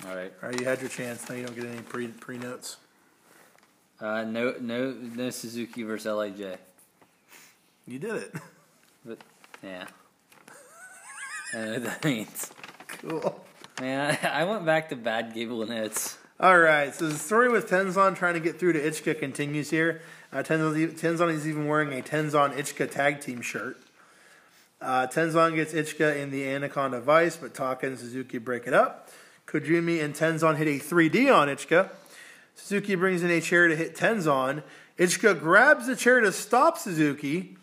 All right.
All right, you had your chance. Now you don't get any pre pre notes.
Uh, no, no, no Suzuki versus Lij.
You did it.
But yeah, I don't know what that means.
cool.
Man, I, I went back to bad Gable notes.
All right, so the story with Tenzan trying to get through to Ichika continues here. Uh, Tenzan, Tenzan is even wearing a Tenzan Ichika tag team shirt. Uh, Tenzan gets Ichika in the Anaconda Vice, but Taka and Suzuki break it up. Kojumi and Tenzan hit a 3D on Ichika. Suzuki brings in a chair to hit Tenzan. Ichika grabs the chair to stop Suzuki,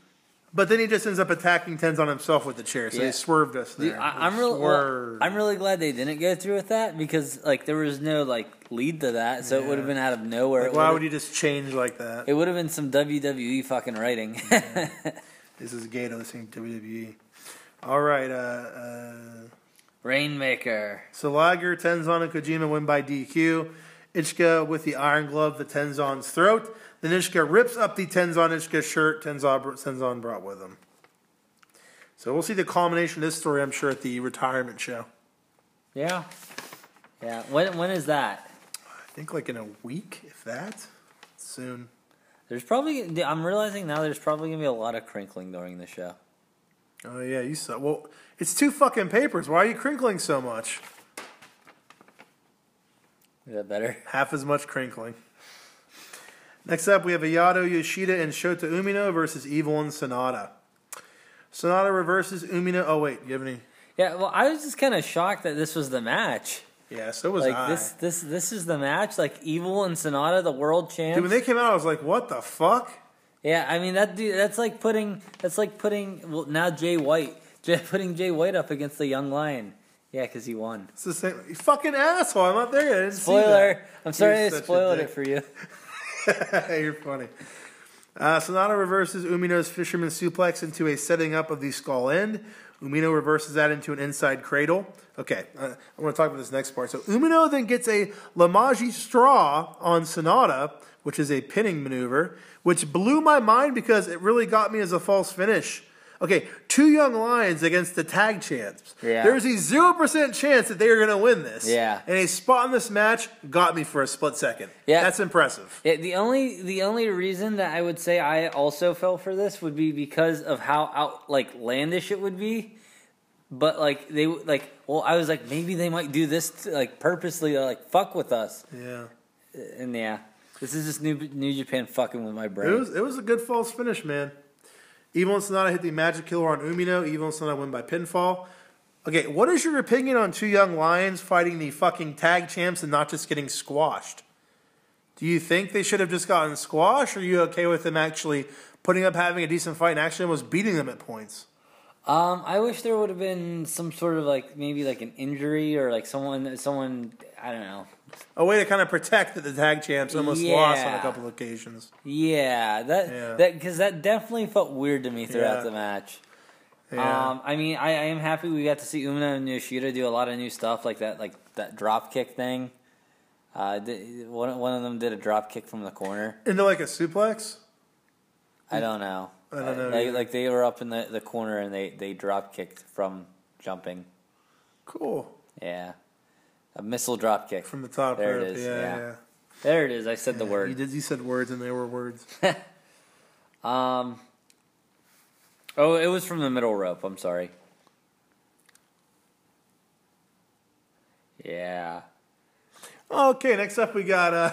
but then he just ends up attacking Tenzan himself with the chair. So
Yeah.
they swerved us there.
Dude, I, I'm really, well,
Swerved.
I'm really glad they didn't go through with that because like there was no like lead to that, so it
Yeah.
would have been out of nowhere.
Like,
It
why
would've-
would you just change like that?
It would have been some WWE fucking writing.
This is Gato listening to WWE. All right. Uh, uh,
Rainmaker.
so Lager, Tenzon, and Kojima win by DQ. Ishka with the iron glove to Tenzon's throat. Then Ishka rips up the Tenzon Ishka shirt Tenzon, br- Tenzon brought with him. So we'll see the culmination of this story, I'm sure, at the retirement show.
Yeah. Yeah. When when is that?
I think like in a week, if that. Soon.
There's probably I'm realizing now there's probably gonna be a lot of crinkling during the show.
Oh, yeah, you saw. Well, it's two fucking papers. Why are you crinkling so much?
Is that better?
half as much crinkling. Next up, we have Ayato Yoshida and Shota Umino versus Evil and Sonata. Sonata reverses Umino. Oh wait, you have any?
Yeah. Well, I was just kind of shocked that this was the match.
Yeah, so was
Like
I.
this this this is the match. Like Evil and Sonata, the world champs.
Dude, when they came out, I was like, "What the fuck?"
Yeah, I mean that dude. That's like putting. That's like putting. Well, now Jay White. Jay, putting Jay White up against the young lion. Yeah, because he won.
It's the same. You fucking asshole! I'm not there yet. I didn't see that.
Spoiler. I'm sorry
You're
I
such a
spoiled
dick.
it for you.
You're funny. Uh, Sonata reverses Umino's fisherman suplex into a setting up of the skull end. Umino reverses that into an inside cradle. Okay, uh, I want to talk about this next part. So Umino then gets a Lamaji straw on Sonata, which is a pinning maneuver, which blew my mind because it really got me as a false finish. Okay, two young lions against the tag champs.
Yeah.
There's a zero percent chance that they are going to win this.
Yeah.
And a spot in this match got me for a split second.
Yeah.
That's impressive.
Yeah, the only the only reason that I would say I also fell for this would be because of how out like landish it would be. But like they w- like well, I was like maybe they might do this to, like purposely to, like fuck with us.
Yeah.
And yeah, this is just new New Japan fucking with my
It
brain.
was it was a good false finish, man. Evil and Sonata hit the magic killer on Umino. Evil and Sonata win by pinfall. Okay, what is your opinion on two young lions fighting the fucking tag champs and not just getting squashed? Do you think they should have just gotten squashed? Or are you okay with them actually putting up having a decent fight and actually almost beating them at points?
um, I wish there would have been some sort of like maybe like an injury or like someone someone I don't know.
A way to kind of protect that the tag champs almost lost on a
Yeah.
couple occasions.
Yeah, that
Yeah.
that because that definitely felt weird to me throughout
Yeah.
the match.
Yeah.
Um, I mean, I, I am happy we got to see Umino and Yoshida do a lot of new stuff, like that, like that drop kick thing. Uh, di- one one of them did a drop kick from the corner.
Into like a suplex?
I don't know.
I don't know
Like,
either.
like they were up in the, the corner and they they drop kicked from jumping.
Cool.
Yeah, a missile drop kick.
From the top
There it
rope.
is,
Yeah,
yeah.
yeah.
There it is. I said the
You
word.
did you said words and they were words.
Um. Oh, it was from the middle rope. I'm sorry. Yeah.
Okay, next up we got uh,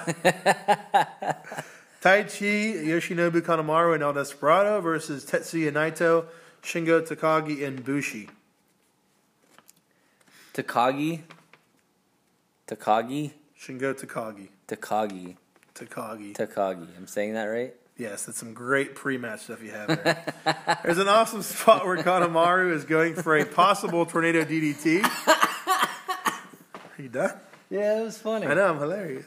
Tai Chi, Yoshinobu Kanemaru, and El Desperado versus Tetsuya Naito, Shingo Takagi, and Bushi.
Takagi. Takagi.
Shingo Takagi.
Takagi.
Takagi.
Takagi. I'm saying that right?
Yes, that's some great pre-match stuff you have there. There's an awesome spot where Kanemaru is going for a possible tornado DDT. Are you done?
Yeah, it was funny.
I know, I'm hilarious.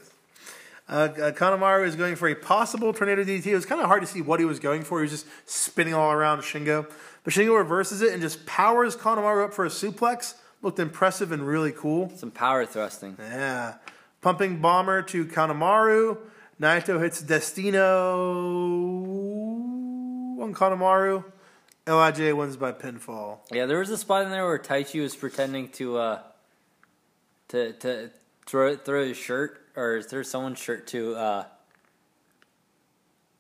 Uh, uh, Kanemaru is going for a possible tornado DDT. It was kind of hard to see what he was going for. He was just spinning all around Shingo. But Shingo reverses it and just powers Kanemaru up for a suplex. Looked impressive and really cool.
Some power thrusting.
Yeah. Pumping bomber to Kanemaru. Naito hits Destino on Kanemaru. Lij wins by pinfall.
Yeah, there was a spot in there where Taichi was pretending to uh to to throw throw his shirt or throw someone's shirt to uh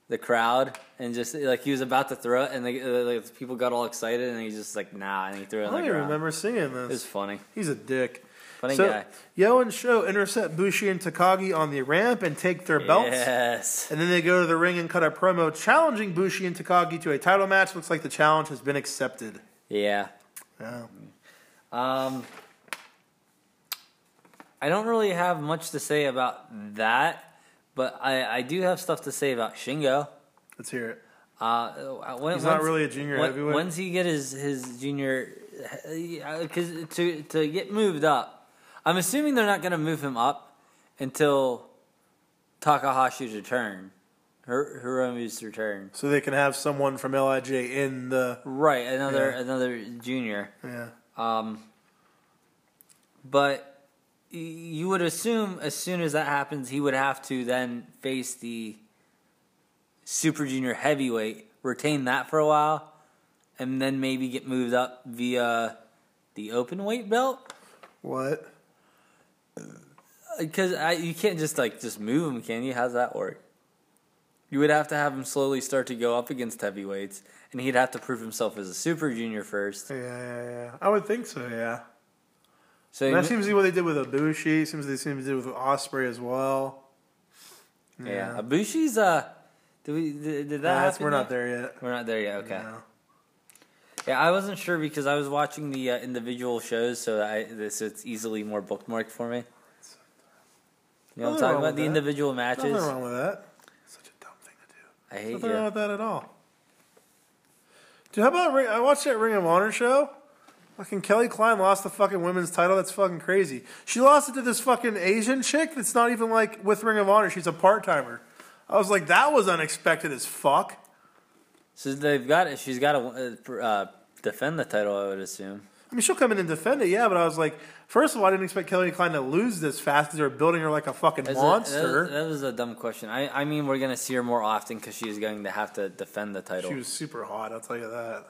the crowd and just like he was about to throw it and the, uh, like, the people got all excited and he just like nah and he threw it
I
on the
don't even
ground.
remember seeing
It was
this.
funny.
He's a dick.
Funny
so,
guy.
Yo and Sho intercept Bushi and Takagi on the ramp and take their belts.
Yes.
And then they go to the ring and cut a promo challenging Bushi and Takagi to a title match. Looks like the challenge has been accepted.
Yeah.
Yeah.
Um, I don't really have much to say about that, but I, I do have stuff to say about Shingo.
Let's hear it.
Uh, when,
He's not
when's-
really a junior
when-
heavyweight.
When's he get his his junior? Because to to get moved up, I'm assuming they're not going to move him up until Takahashi's return, Hir- Hiromu's return.
So they can have someone from LIJ in the.
Right, another
Yeah.
another junior.
Yeah.
Um, but y- you would assume as soon as that happens, he would have to then face the super junior heavyweight, retain that for a while, and then maybe get moved up via the open weight belt.
What?
Because you can't just like just move him, can you? How's that work? You would have to have him slowly start to go up against heavyweights, and he'd have to prove himself as a super junior first.
Yeah, yeah, yeah. I would think so, yeah.
So
And that seems to be what they did with Ibushi. Seems they seem to do with Osprey as well.
Yeah, Ibushi's. Uh, did we? Did, did that?
Nah, that's-
happen
we're not
yet?
there yet.
We're not there yet. Okay.
No.
Yeah, I wasn't sure because I was watching the uh, individual shows, so I this it's easily more bookmarked for me. You know
Nothing
what I'm talking
wrong
about? The
with that.
individual matches.
Nothing wrong with that. Such a dumb thing to do.
I hate
Nothing wrong
you.
with that at all. Dude, how about Ring- I watched that Ring of Honor show? Fucking Kelly Klein lost the fucking women's title. That's fucking crazy. She lost it to this fucking Asian chick that's not even like with Ring of Honor. She's a part timer. I was like, that was unexpected as fuck.
So they've got it. She's got to uh, pr- uh, defend the title, I would assume.
I mean, she'll come in and defend it, yeah, but I was like, first of all, I didn't expect Kelly Klein to lose this fast because they're building her like a fucking
That's a- that-
monster.
that, was a dumb question. I, I mean, we're gonna see her more often because she's going to have to defend the title.
she was super hot, I'll tell you that.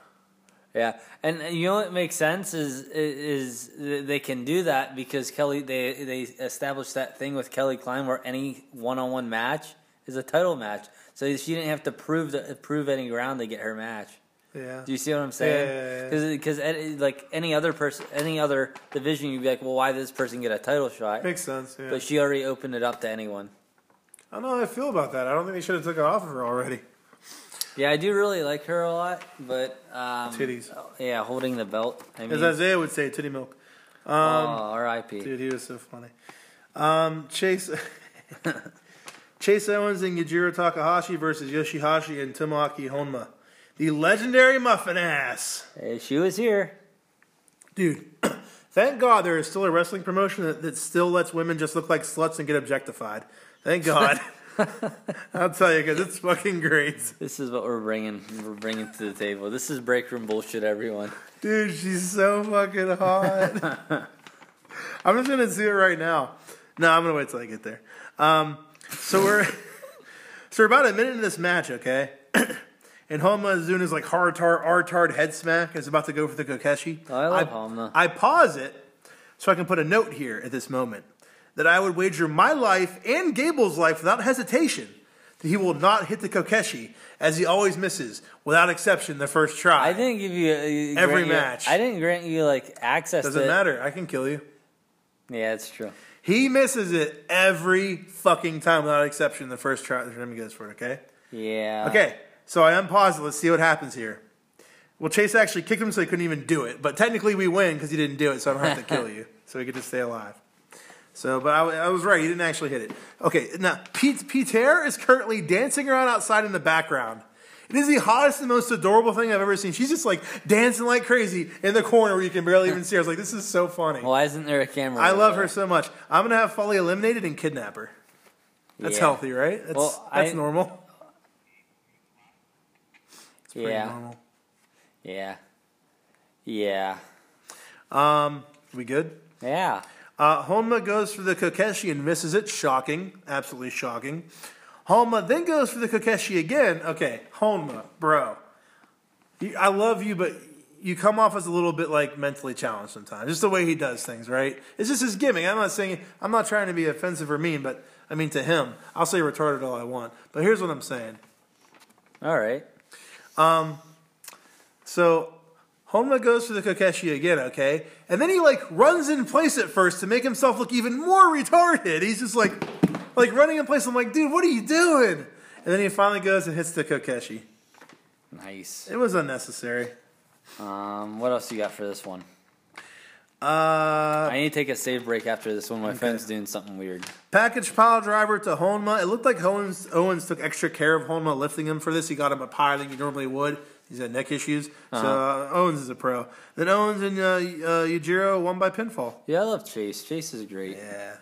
Yeah, and and you know what makes sense is is they can do that because Kelly they they established that thing with Kelly Klein where any one on one match is a title match, so she didn't have to prove the, prove any ground to get her match.
Yeah.
Do you see what I'm saying?
Yeah.
Because like any other person, any other division, you'd be like, well, why did this person get a title shot?
Makes sense. Yeah.
But she already opened it up to anyone.
I don't know how I feel about that. I don't think they should have took it off of her already.
Yeah, I do really like her a lot, but um,
Titties.
Yeah, holding the belt. I mean,
As Isaiah would say, titty milk.
oh, R.I.P.
um, Dude, he was so funny. Um, Chase Chase Owens and Yujiro Takahashi versus Yoshihashi and Tomoaki Honma. The legendary muffin ass.
Hey, She was here.
Dude, thank God there is still a wrestling promotion that, that still lets women just look like sluts and get objectified. Thank God. I'll tell you, because it's fucking great.
This is what we're bringing. We're bringing to the table. This is break room bullshit, everyone.
Dude, she's so fucking hot. I'm just gonna do it right now. No, I'm gonna wait till I get there. Um, so we're so we're about a minute in this match, okay? and Homa Zuna's like hard tar hard tarred head smack is about to go for the Kokeshi.
Oh, I love Homma.
I pause it so I can put a note here at this moment that I would wager my life and Gable's life without hesitation that he will not hit the Kokeshi as he always misses, without exception, the first try.
I didn't give you uh,
Every
grant you-
match.
I didn't grant you like access.
Doesn't
to
matter. I can kill you.
Yeah, it's true.
He misses it every fucking time without exception. The first try that he goes for it. Okay.
Yeah.
Okay. So I unpause it. Let's see what happens here. Well, Chase actually kicked him, so he couldn't even do it. But technically, we win because he didn't do it, so I don't have to kill you. So he could just stay alive. So, but I, I was right. He didn't actually hit it. Okay. Now, Pete Peter is currently dancing around outside in the background. It is the hottest and most adorable thing I've ever seen. She's just like dancing like crazy in the corner where you can barely even see her. I was like, this is so funny.
Why isn't there a camera?
I
over
love
there?
her so much. I'm gonna have Folly eliminated and kidnap her. That's
Yeah.
healthy, right? That's
Well,
that's
I-
normal. It's pretty
Yeah.
normal.
Yeah. Yeah.
Um, we good?
Yeah.
Uh, Honma goes for the Kokeshi and misses it. Shocking, absolutely shocking. Honma then goes for the Kokeshi again. Okay, Honma, bro, you, I love you, but you come off as a little bit like mentally challenged sometimes. Just the way he does things, right? It's just his gimmick. I'm not saying I'm not trying to be offensive or mean, but I mean to him, I'll say retarded all I want. But here's what I'm saying.
All right.
So Honma goes for the Kokeshi again, okay? And then he like runs in place at first to make himself look even more retarded. He's just like like running in place. I'm like, dude, what are you doing? And then he finally goes and hits the Kokeshi.
Nice.
It was unnecessary.
Um, what else you got for this one?
Uh,
I need to take a save break after this one. My friend's doing something weird.
package pile driver to Honma. It looked like Owens, Owens took extra care of Honma lifting him for this. He got him up higher than he normally would. He's had neck issues. So uh, Owens is a pro. Then Owens and uh, uh, Yujiro won by pinfall.
Yeah, I love Chase. Chase is great.
Yeah.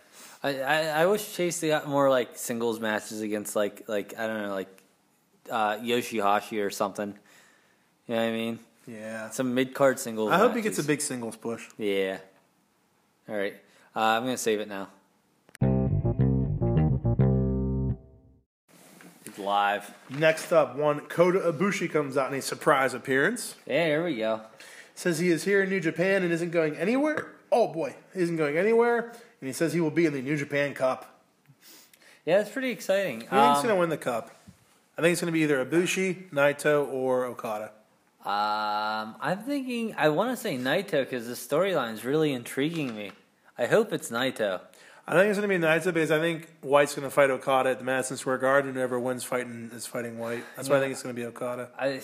I, I, I wish Chase they got more like singles matches against like like I don't know like uh, Yoshihashi or something. You know what I mean?
Yeah.
Some mid card singles.
I hope he gets a
matches.
big singles push.
Yeah. All right. Uh, I'm gonna save it now. It's live.
Next up, one Kota Ibushi comes out in a surprise appearance.
Yeah, here we go.
Says he is here in New Japan and isn't going anywhere. Oh boy, isn't going anywhere. And he says he will be in the New Japan Cup.
Yeah, it's pretty exciting.
Who do you think's
Um,
going to win the cup? I think it's going to be either Ibushi, Naito, or Okada.
Um, I'm thinking. I want to say Naito because the storyline's really intriguing me. I hope it's Naito.
I think it's going to be Naito because I think White's going to fight Okada at the Madison Square Garden. Whoever wins fighting is fighting White. That's why I think it's going to be Okada.
I,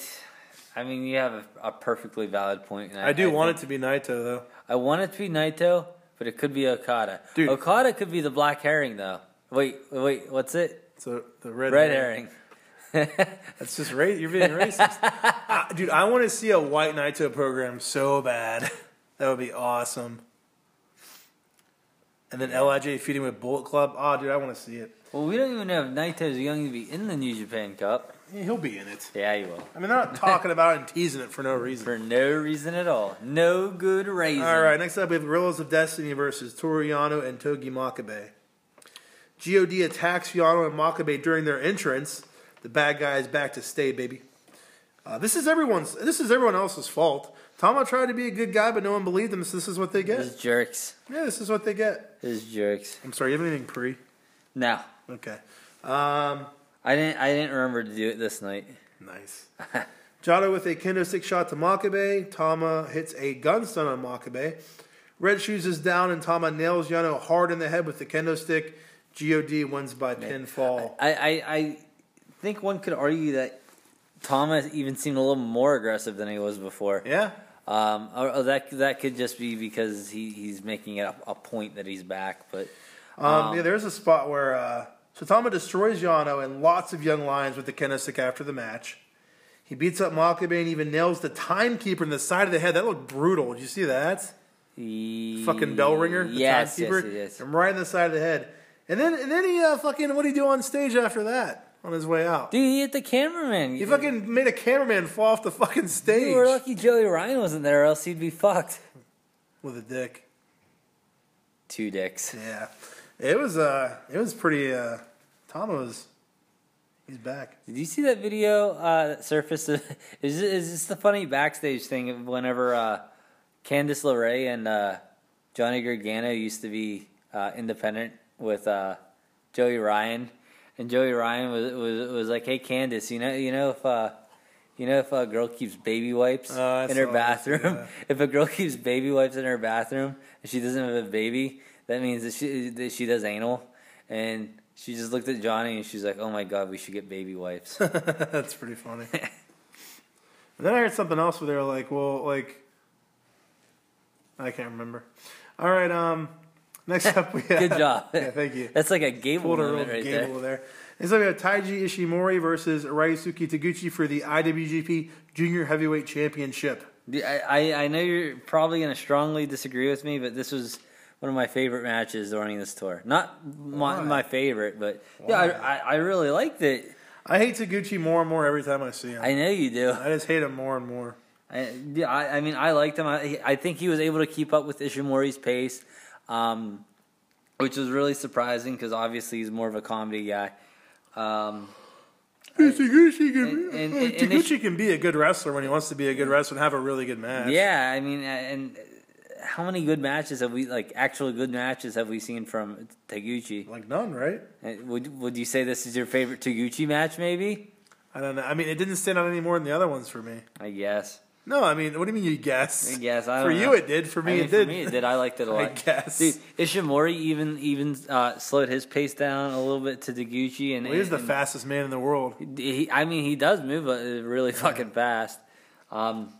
I mean, you have a, a perfectly valid point. And
I do want
think-
it to be Naito though.
I want it to be Naito, but it could be Okada.
Dude.
Okada could be the black herring, though. Wait, wait, what's it?
So the red
Red
hair.
herring.
That's just ra- you're being racist, Ah, dude. I want to see a White Naito program so bad. That would be awesome. And then Lij feeding with Bullet Club. Ah, dude, I want to see it.
Well, we don't even know if Naito's going to be in the New Japan Cup.
Yeah, he'll be in it.
Yeah, he will.
I mean, they're not talking about it and teasing it for no reason.
For no reason at all. No good reason.
All right, next up we have Gorillas of Destiny versus Toru Yano and Togi Makabe. God attacks Yano and Makabe during their entrance. The bad guy is back to stay, baby. Uh, this is everyone's. This is everyone else's fault. Tama tried to be a good guy, but no one believed him. So this is what they
His
get.
jerks.
Yeah, this is what they get.
His jerks.
I'm sorry. You have anything pre?
Now,
Okay. Um,
I didn't. I didn't remember to do it this night.
nice. Jado with a kendo stick shot to Makabe. Tama hits a gun stun on Makabe. Red Shoes is down, and Tama nails Yano hard in the head with the kendo stick. God wins by pinfall.
I, I, I think one could argue that Thomas even seemed a little more aggressive than he was before.
Yeah.
Um, or, or that that could just be because he, he's making it a, a point that he's back. But
Um, yeah, there's a spot where uh, Satama destroys Yano and lots of young lions with the kendo stick after the match. He beats up Makabe and even nails the timekeeper in the side of the head. That looked brutal. Did you see that?
he,
Fucking bell ringer, the
Yes, yes,
timekeeper,
yes, yes.
and right in the side of the head. And then, and then he uh, fucking what did he do on stage after that? On his way out,
Dude, he hit the cameraman.
he fucking made a cameraman fall off the fucking
You
stage
were lucky Joey Ryan wasn't there, or else he'd be fucked.
with a dick.
Two dicks.
Yeah, it was uh, it was pretty. Uh, Tama was, he's back.
Did you see that video uh, that surfaced? Is this, is this the funny backstage thing of whenever uh, Candice LeRae and uh, Johnny Gargano used to be uh, independent with uh, Joey Ryan, and Joey Ryan was was was like, "Hey Candice, you know you know if uh, you know if a girl keeps baby wipes
Oh, I
in her
saw that,
bathroom,
yeah.
if a girl keeps baby wipes in her bathroom and she doesn't have a baby, that means that she that she does anal." And she just looked at Johnny and she's like, "Oh my god, we should get baby wipes."
That's pretty funny.
And then I heard something else where they were like, well, like, I can't remember. All right, um, next up we have.
Good job.
Yeah, thank you.
That's like a Gable
Pulled a real
moment right
game
there.
over there. Next up we have Taiji Ishimori versus Ryusuke Taguchi for the IWGP Junior Heavyweight Championship.
Dude, I, I I know you're probably gonna strongly disagree with me, but this was one of my favorite matches during this tour. Not my,
Why?
my favorite, but yeah,
Why?
I, I I really liked it.
I hate Taguchi more and more every time I see him.
I know you do.
I just hate him more and more.
I, yeah, I, I mean, I liked him. I, I think he was able to keep up with Ishimori's pace, um, which was really surprising because obviously he's more of a comedy guy. Um,
Taguchi can,
And- and-
uh,
and- and
Taguchi can be a good wrestler when he wants to be a good wrestler and have a really good match.
Yeah, I mean, and how many good matches have we like actual good matches have we seen from Taguchi?
Like none, right?
And Would would you say this is your favorite Taguchi match? Maybe
I don't know. I mean, it didn't stand out any more than the other ones for me.
I guess.
No, I mean, what do you mean you guess?
I guess I
for
don't
you
know.
it did. For me
I mean,
it did.
For me, it did. I liked it a
I
lot.
guess.
Dude, Ishimori even even uh, slowed his pace down a little bit to Taguchi, and
Well, he's the
and-
fastest man in the world.
he, I mean, he does move uh, really fucking fast. Um,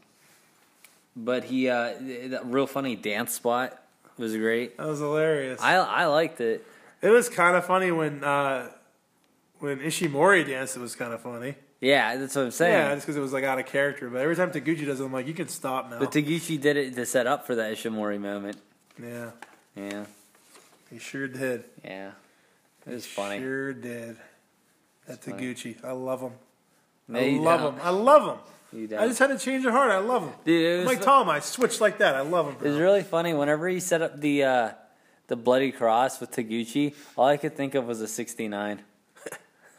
but he uh, that real funny dance spot was great.
That was hilarious.
I I liked it.
it was kind of funny when uh, when Ishimori danced. It was kind of funny.
Yeah, that's what I'm saying.
Yeah, just because it was like out of character. But every time Taguchi does it, I'm like, you can stop now.
But Taguchi did it to set up for that Ishimori moment.
yeah,
Yeah,
he sure did.
yeah. It was
He
funny.
Sure did. That
funny.
Taguchi, I love him.
No,
I
you
love
don't.
him. I love him.
You
I
don't.
just had to change of heart. I love him.
Dude, it
I'm
was
like
fu-
Tom, I switched like that. I love him.
It was
Bro.
really funny. Whenever he set up the uh, the bloody cross with Taguchi, all I could think of was a 69.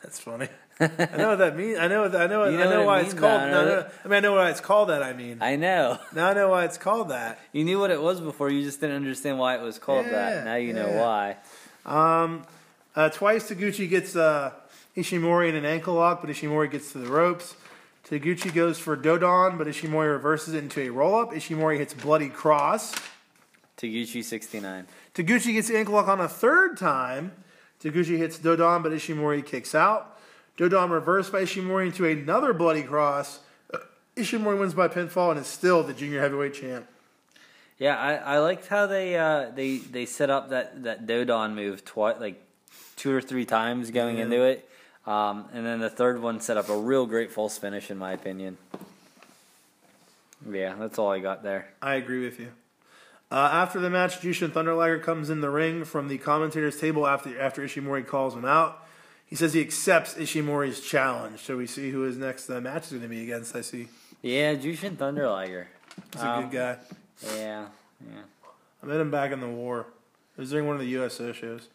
That's funny. I know what that means. I know. I know.
You
I know
know what it
why it's
means,
called.
I
No,
know
no,
that-
I mean, I know why it's called that. I mean,
I know.
now I know why it's called that.
You knew what it was before. You just didn't understand why it was called
Yeah,
that. Now you know
yeah.
why.
Um, uh, twice Taguchi gets uh, Ishimori in an ankle lock, but Ishimori gets to the ropes. Taguchi goes for Dodon, but Ishimori reverses it into a roll up. Ishimori hits Bloody Cross.
Taguchi 69.
Taguchi gets the ankle lock on a third time. Taguchi hits Dodon, but Ishimori kicks out. Dodon reversed by Ishimori into another Bloody Cross. Uh, Ishimori wins by pinfall and is still the junior heavyweight champ.
Yeah, I, I liked how they uh, they they set up that that Dodon move twice, like two or three times going
Yeah.
into it, um, and then the third one set up a real great false finish, in my opinion. Yeah, that's all I got there.
I agree with you. Uh, after the match, Jushin Thunder Liger comes in the ring from the commentator's table after after Ishimori calls him out. He says he accepts Ishimori's challenge. So we see who his next uh, match is going to be against. I see
Yeah, Jushin Thunder Liger.
he's a
Um,
good guy.
Yeah, yeah.
I met him back in the war. It was during one of the USO shows.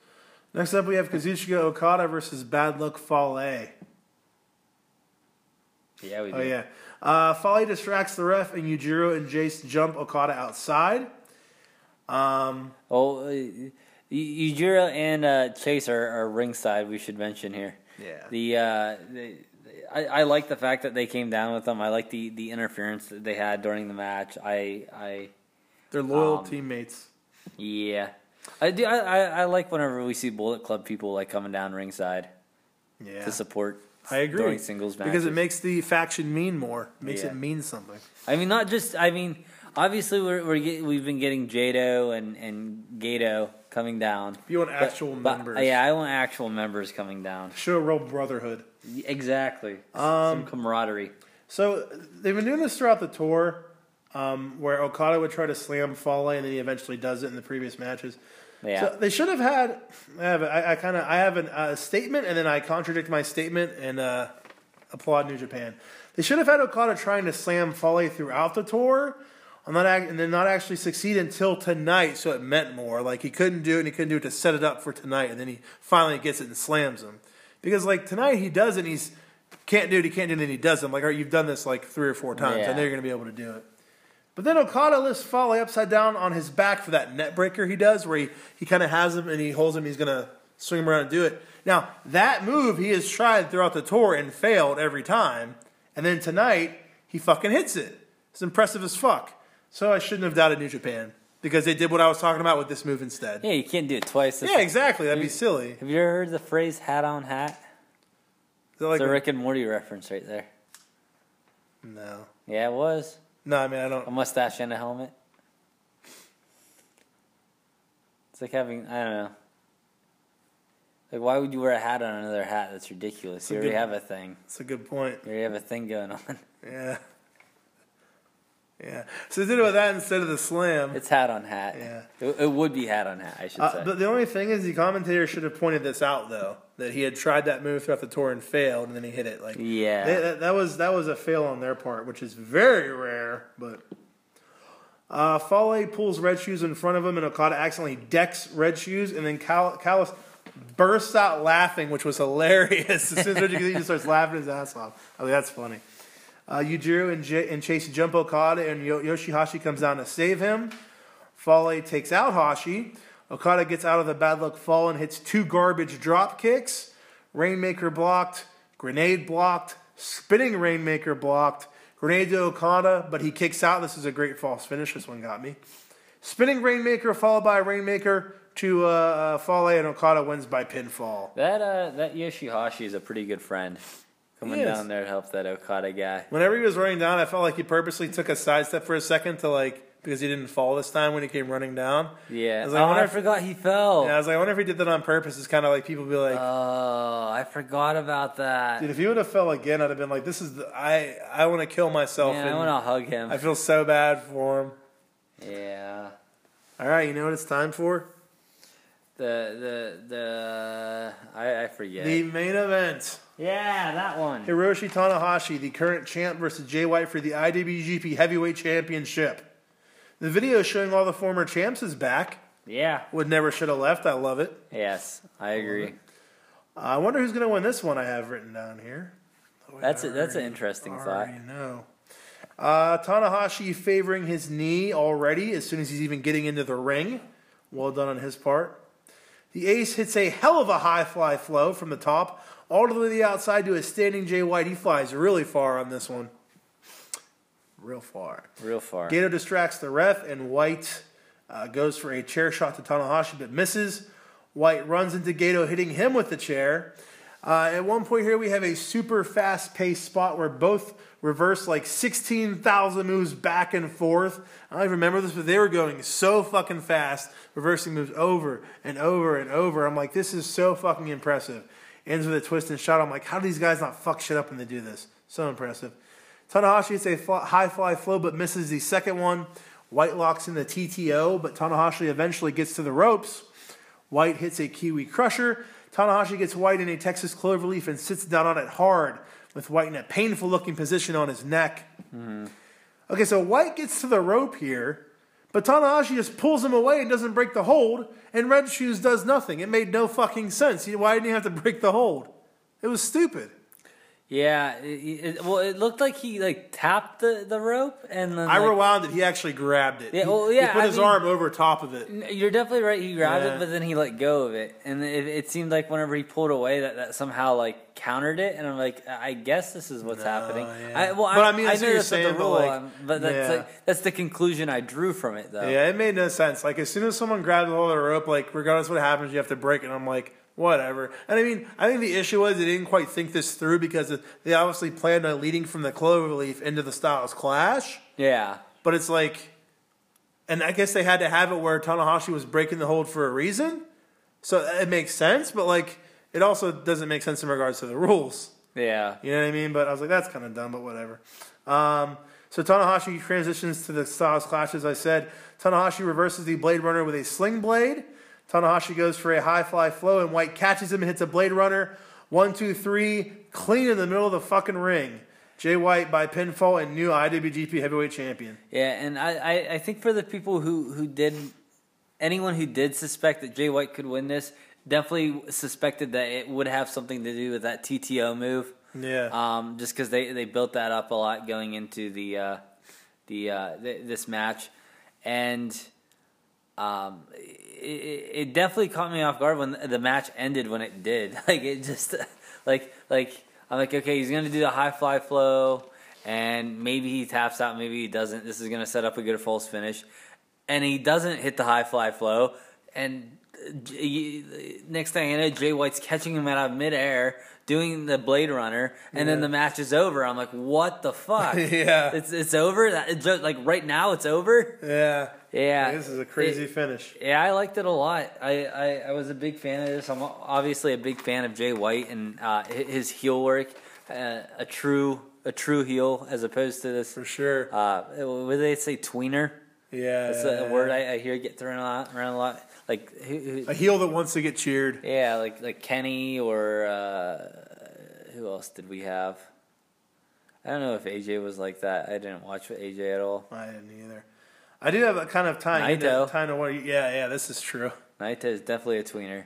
Next up, we have Kazuchika Okada versus Bad Luck Fale.
Yeah, we do.
Oh yeah. Uh, Folly distracts the ref, and Yujiro and Jace jump Okada outside. Um,
Oh, uh, Y- Yujiro and uh, Chase are, are ringside. We should mention here.
Yeah.
The, uh, the I, I like the fact that they came down with them. I like the, the interference that they had during the match. I I
they're loyal
Um,
teammates.
yeah. I do. I, I, I like whenever we see Bullet Club people like coming down ringside
Yeah,
to support.
I agree.
During singles matches,
because it makes the faction mean more, makes
Yeah.
it mean something.
I mean, not just. I mean, obviously, we're, we're get, we've been getting Jado and and Gato coming down.
If you want
But-
actual
but-
members,
yeah, I want actual members coming down.
show real brotherhood.
Exactly.
Um,
Some camaraderie.
So they've been doing this throughout the tour, um, where Okada would try to slam Fale, and then he eventually does it in the previous matches.
Yeah.
So they should have had. I have. a- I, I kind of. I have a uh, statement, and then I contradict my statement and uh, applaud New Japan. They should have had Okada trying to slam Foley throughout the tour, and not act, and then not actually succeed until tonight. So it meant more. Like he couldn't do it, and he couldn't do it to set it up for tonight, and then he finally gets it and slams him. Because like tonight he does it, and he's can't do it. He can't do it, and he does him. Like all right, you've done this like three or four times. I
Yeah.
know you're gonna be able to do it. But then Okada lifts Foley upside down on his back for that net breaker he does, where he, he kind of has him and he holds him. He's going to swing him around and do it. Now, that move he has tried throughout the tour and failed every time. And then tonight, he fucking hits it. It's impressive as fuck. So I shouldn't have doubted New Japan because they did what I was talking about with this move instead.
yeah, you can't do it twice. That's-
Yeah, exactly. That'd be silly.
Have you ever heard the phrase "hat on hat"?
They're
It's
like,
a Rick and Morty reference right there.
no.
Yeah, it was
No, I mean, I
a
don't.
mustache and a helmet. It's like having I don't know. Like, why would you wear a hat on another hat? That's ridiculous. You
a
already
good-
have a thing.
It's a good point.
You already have a thing going on.
Yeah. Yeah. So they did it with that instead of the slam.
It's hat on hat.
Yeah.
It, it would be hat on hat. I should
Uh,
say.
but the only thing is, the commentator should have pointed this out though that he had tried that move throughout the tour and failed, and then he hit it. Like,
Yeah.
they- uh, that, that was that was a fail on their part, which is very rare. But uh, Fale pulls Red Shoes in front of him, and Okada accidentally decks Red Shoes, and then Cal- Callus bursts out laughing, which was hilarious. as soon as Red Shoes he just starts laughing his ass off. I mean, that's funny. Uh, Yujiro and, J- and Chase jump Okada, and Yo- Yoshihashi comes down to save him. Fale takes out Hashi. Okada gets out of the bad luck fall and hits two garbage drop kicks. Rainmaker blocked, grenade blocked, spinning Rainmaker blocked, grenade to Okada, but he kicks out. This is a great false finish. This one got me. Spinning Rainmaker followed by Rainmaker to uh, uh, Fale, and Okada wins by pinfall.
That uh, that Yoshihashi is a pretty good friend. Coming
He is.
down there to help that Okada guy.
Whenever he was running down, I felt like he purposely took a sidestep for a second to like because he didn't fall this time when he came running down. I
Yeah.
was like, I
oh,
wonder
I
if-
forgot he fell.
And I was like, I wonder if he did that on purpose. It's kind of like people be like,
Oh, I forgot about that.
dude, if he would have fell again, I'd have been like, this is the, I I want to kill myself.
Man,
and
I want to hug him.
I feel so bad for him.
yeah.
All right, you know what it's time for?
The the the I, I forget.
The main event.
yeah, that one.
Hiroshi Tanahashi, the current champ, versus Jay White for the IWGP Heavyweight Championship. The video showing all the former champs is back.
Yeah.
Would never should have left. I love it.
Yes, I agree.
I wonder who's going to win this one. I have written down here. Oh, wait,
That's
I
a, that's an
already-
interesting thought.
already know. Uh, Tanahashi favoring his knee already as soon as he's even getting into the ring. Well done on his part. The ace hits a hell of a high fly flow from the top all the way to the outside to a standing Jay White. He flies really far on this one. Real far.
Real far.
Gato distracts the ref, and White uh, goes for a chair shot to Tanahashi but misses. White runs into Gato, hitting him with the chair. Uh, at one point here, we have a super fast paced spot where both reverse like 16,000 moves back and forth. I don't even remember this, but they were going so fucking fast, reversing moves over and over and over. I'm like, this is so fucking impressive. Ends with a twist and shot. I'm like, how do these guys not fuck shit up when they do this? So impressive. Tanahashi hits a fly, high fly flow but misses the second one. White locks in the TTO, but Tanahashi eventually gets to the ropes. White hits a Kiwi crusher. Tanahashi gets White in a Texas cloverleaf and sits down on it hard, with White in a painful looking position on his neck. Okay, so White gets to the rope here, but Tanahashi just pulls him away and doesn't break the hold, and Red Shoes does nothing. It made no fucking sense. Why didn't he have to break the hold? It was stupid.
Yeah, it, it, well, it looked like he like tapped the, the rope and then
I
like,
rewound it. He actually grabbed it.
Yeah,
He-
well,
he,
yeah,
put
I
his
mean-
arm over top of it.
N- You're definitely right. He grabbed
Yeah.
it, but then he let go of it, and it, it seemed like whenever he pulled away, that, that somehow like countered it. And I'm like, I I guess this is what's happening.
yeah.
I, well,
But
I,
I mean, I
I
see
know
what
that's
you're saying,
not the
but,
rule,
like,
um, but that's
yeah.
like, that's the conclusion I drew from it, though.
Yeah, it made no sense. Like as soon as someone grabbed hold of the rope, like regardless of what happens, you have to break. it. And I'm like, whatever. And I mean, I think the issue was they didn't quite think this through because it- they obviously planned on leading from the Cloverleaf into the Styles Clash.
Yeah.
But it's like, and I guess they had to have it where Tanahashi was breaking the hold for a reason. So it makes sense, but like it also doesn't make sense in regards to the rules.
Yeah.
You know what I mean? But I was like, that's kind of dumb, but whatever. Um, so Tanahashi transitions to the Styles Clash, as I said. Tanahashi reverses the Blade Runner with a sling blade. Tanahashi goes for a high fly flow, and White catches him and hits a Blade Runner. One, two, three, clean in the middle of the fucking ring. Jay White by pinfall and new IWGP Heavyweight Champion.
Yeah, and I, I, I think for the people who, who did, anyone who did suspect that Jay White could win this, definitely suspected that it would have something to do with that TTO move.
Yeah.
Um, just because they, they built that up a lot going into the uh, the uh, th- this match, and um, it, it definitely caught me off guard when the match ended when it did. Like it just like like I'm like okay, he's gonna do the high fly flow, and maybe he taps out, maybe he doesn't. This is gonna set up a good false finish, and he doesn't hit the high fly flow, and uh, J- next thing I know, Jay White's catching him out of midair. Doing the Blade Runner, and then the match is over. I'm like, what the fuck?
Yeah.
it's it's over. That- it's just- Like right now, it's over.
yeah.
Yeah,
This is a crazy
It-
finish.
yeah, I liked it a lot. I, I, I was a big fan of this. I'm obviously a big fan of Jay White and uh, hi- his heel work, uh, a true a true heel as opposed to this.
For sure.
Uh, what do they say? Tweener.
yeah.
That's a word I, I hear get thrown a lot, around a lot. Like who, who,
a heel that wants to get cheered.
yeah, like like Kenny or uh, who else did we have? I don't know if AJ was like that. I didn't watch AJ at all.
I didn't either. I do have a kind of tying into,
Naito.
tying to what you- yeah, yeah, this is true.
Naito is definitely a tweener.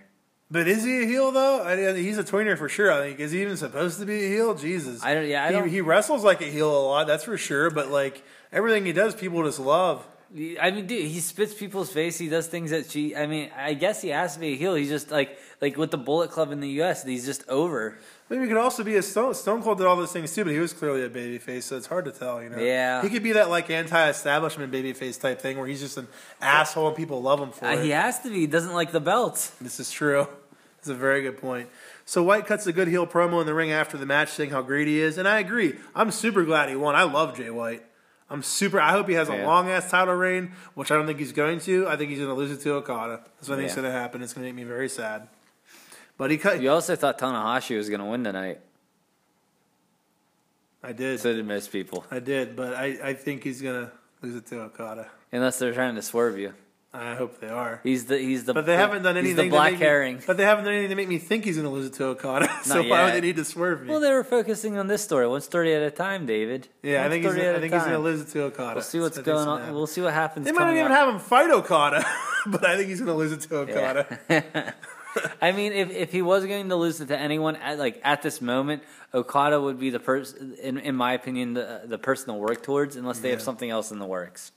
But is he a heel though? I, I- he's a tweener for sure. I think is he even supposed to be a heel? Jesus,
I don't- yeah, I
he,
don't-
he wrestles like a heel a lot. That's for sure. But like everything he does, people just love.
I mean, dude, he spits people's face. He does things that she. I mean, I guess he has to be a heel. He's just like like with the Bullet Club in the U.S. He's just over.
Maybe he could also be a Stone, Stone Cold did all those things too, but he was clearly a babyface, so it's hard to tell. You know,
Yeah.
he could be that like anti-establishment babyface type thing where he's just an asshole and people love him for
Uh,
it.
he has to be. He doesn't like the belt.
This is true. It's a very good point. So White cuts a good heel promo in the ring after the match, saying how greedy he is, and I agree. I'm super glad he won. I love Jay White. I'm super. I hope he has a
Yeah.
long ass title reign, which I don't think he's going to. I think he's going to lose it to Okada. That's what I think is
Yeah.
going to happen. It's going to make me very sad. But he cut.
You also thought Tanahashi was going to win tonight.
I did.
So did most people,
I did. But I, I think he's going to lose it to Okada.
unless they're trying to swerve you.
I hope they are.
He's the he's the.
But they haven't done anything.
He's the
to
black
make me-
herring.
but they haven't done anything to make me think he's going to lose it to Okada. so why
yet.
would they need to swerve me?
Well, they were focusing on this story, one story at a time, David.
Yeah, I
One
think he's,
story at
I
a
think he's
time.
going to lose it to Okada.
We'll see
I
what's
think
going
it's
on.
gonna
We'll see what happens.
They might not
coming
even
up.
have him fight Okada, but I think he's going to lose it to Okada.
I mean, if, if he was going to lose it to anyone, at, like at this moment, Okada would be the person, in, in my opinion, the the person to work towards, unless they have something else in the works.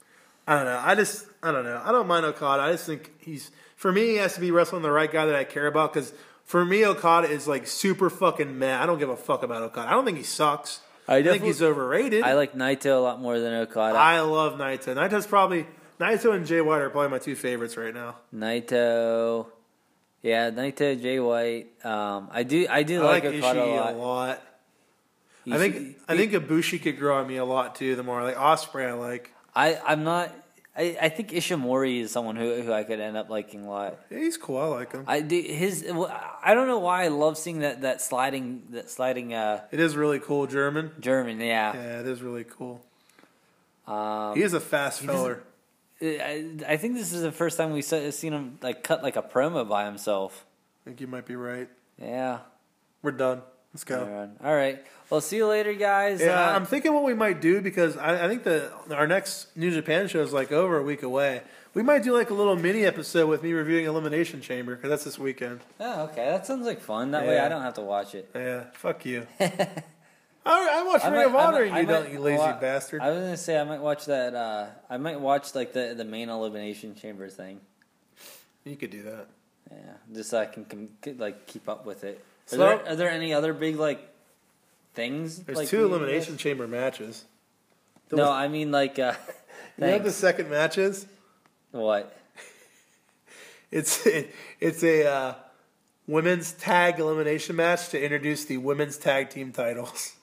I don't know. I just, I don't know. I don't mind Okada. I just think he's, for me, he has to be wrestling the right guy that I care about because for me, Okada is like super fucking mad. I don't give a fuck about Okada. I don't think he sucks. I,
I
think
definitely-
he's overrated.
I
I,
like Naito a lot more than Okada.
love Naito. Naito's probably, Naito and Jay White are probably my two favorites right now.
Naito, yeah, Naito, Jay White. Um, I do, I do
I
like,
like,
Okada a
Ishii
lot.
a lot. I think I think Ibushi could grow on me a lot too. The more like Osprey, I like
I I'm not. I, I think Ishimori is someone who who I could end up liking a lot.
Yeah, he's cool. I like him.
I do his. I don't know why I love seeing that that sliding that sliding uh
It is really cool, German.
German. Yeah.
Yeah, it is really cool.
Um,
He is a fast feller.
I, I think this is the first time we've se- seen him like cut like a promo by himself.
I think you might be right.
Yeah.
We're done. Let's go.
Alright. All right. Well, see you later, guys.
Yeah,
Uh,
I'm thinking what we might do because I, I think the our next New Japan show is like over a week away. We might do like a little mini episode with me reviewing Elimination Chamber because that's this weekend.
oh, okay. That sounds like fun. That way,
Yeah.
I don't have to watch it.
Yeah, fuck you. I, I watch
I
Ring
might-
of
I
Honor,
might- I
you don't,
might-
you lazy
well, I-
bastard.
I was gonna say I might watch that. Uh, I might watch like the the main elimination chamber thing.
you could do that.
Yeah, just so I can com- get, like keep up with it. Are,
So-
there, are there any other big like things?
There's
like,
two
we-
elimination chamber matches.
No, I mean like uh,
You know what
thanks.
the second match is?
what?
It's it, it's a uh, women's tag elimination match to introduce the women's tag team titles.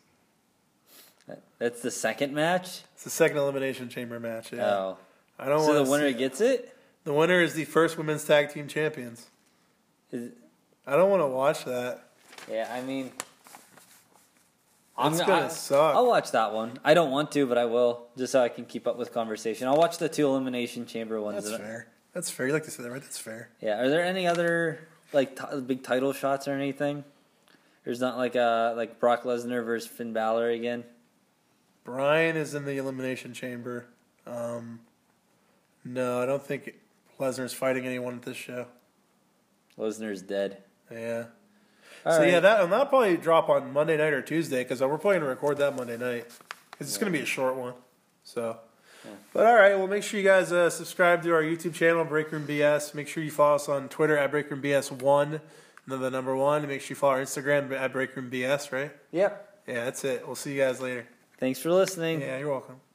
That- That's the second match.
It's the second elimination chamber match. Yeah,
Oh,
I don't
so
want
the winner gets it.
The winner is the first women's tag team champions.
Is-
I don't want to watch that.
yeah, I mean,
It's gonna
I-
suck.
I'll watch that one. I don't want to, but I will, just so I can keep up with conversation. I'll watch the two elimination chamber ones.
That's
that I-
fair. That's fair. You like to say that, right? That's fair.
Yeah. Are there any other like t- big title shots or anything? There's not like uh like Brock Lesnar versus Finn Balor again.
Brian is in the elimination chamber. Um, no, I don't think Lesnar's fighting anyone at this show.
Lesnar's dead.
Yeah.
All
so
right.
yeah, that and that'll probably drop on Monday night or Tuesday because we're planning to record that Monday night. 'Cause it's going to be a short one. So, but all right, well, make sure you guys uh, subscribe to our YouTube channel, Break Room BS. Make sure you follow us on Twitter at Break Room BS One, the number one. And make sure you follow our Instagram at Break Room BS. Right?
Yep.
Yeah, that's it. We'll see you guys later.
Thanks for listening.
Yeah, you're welcome.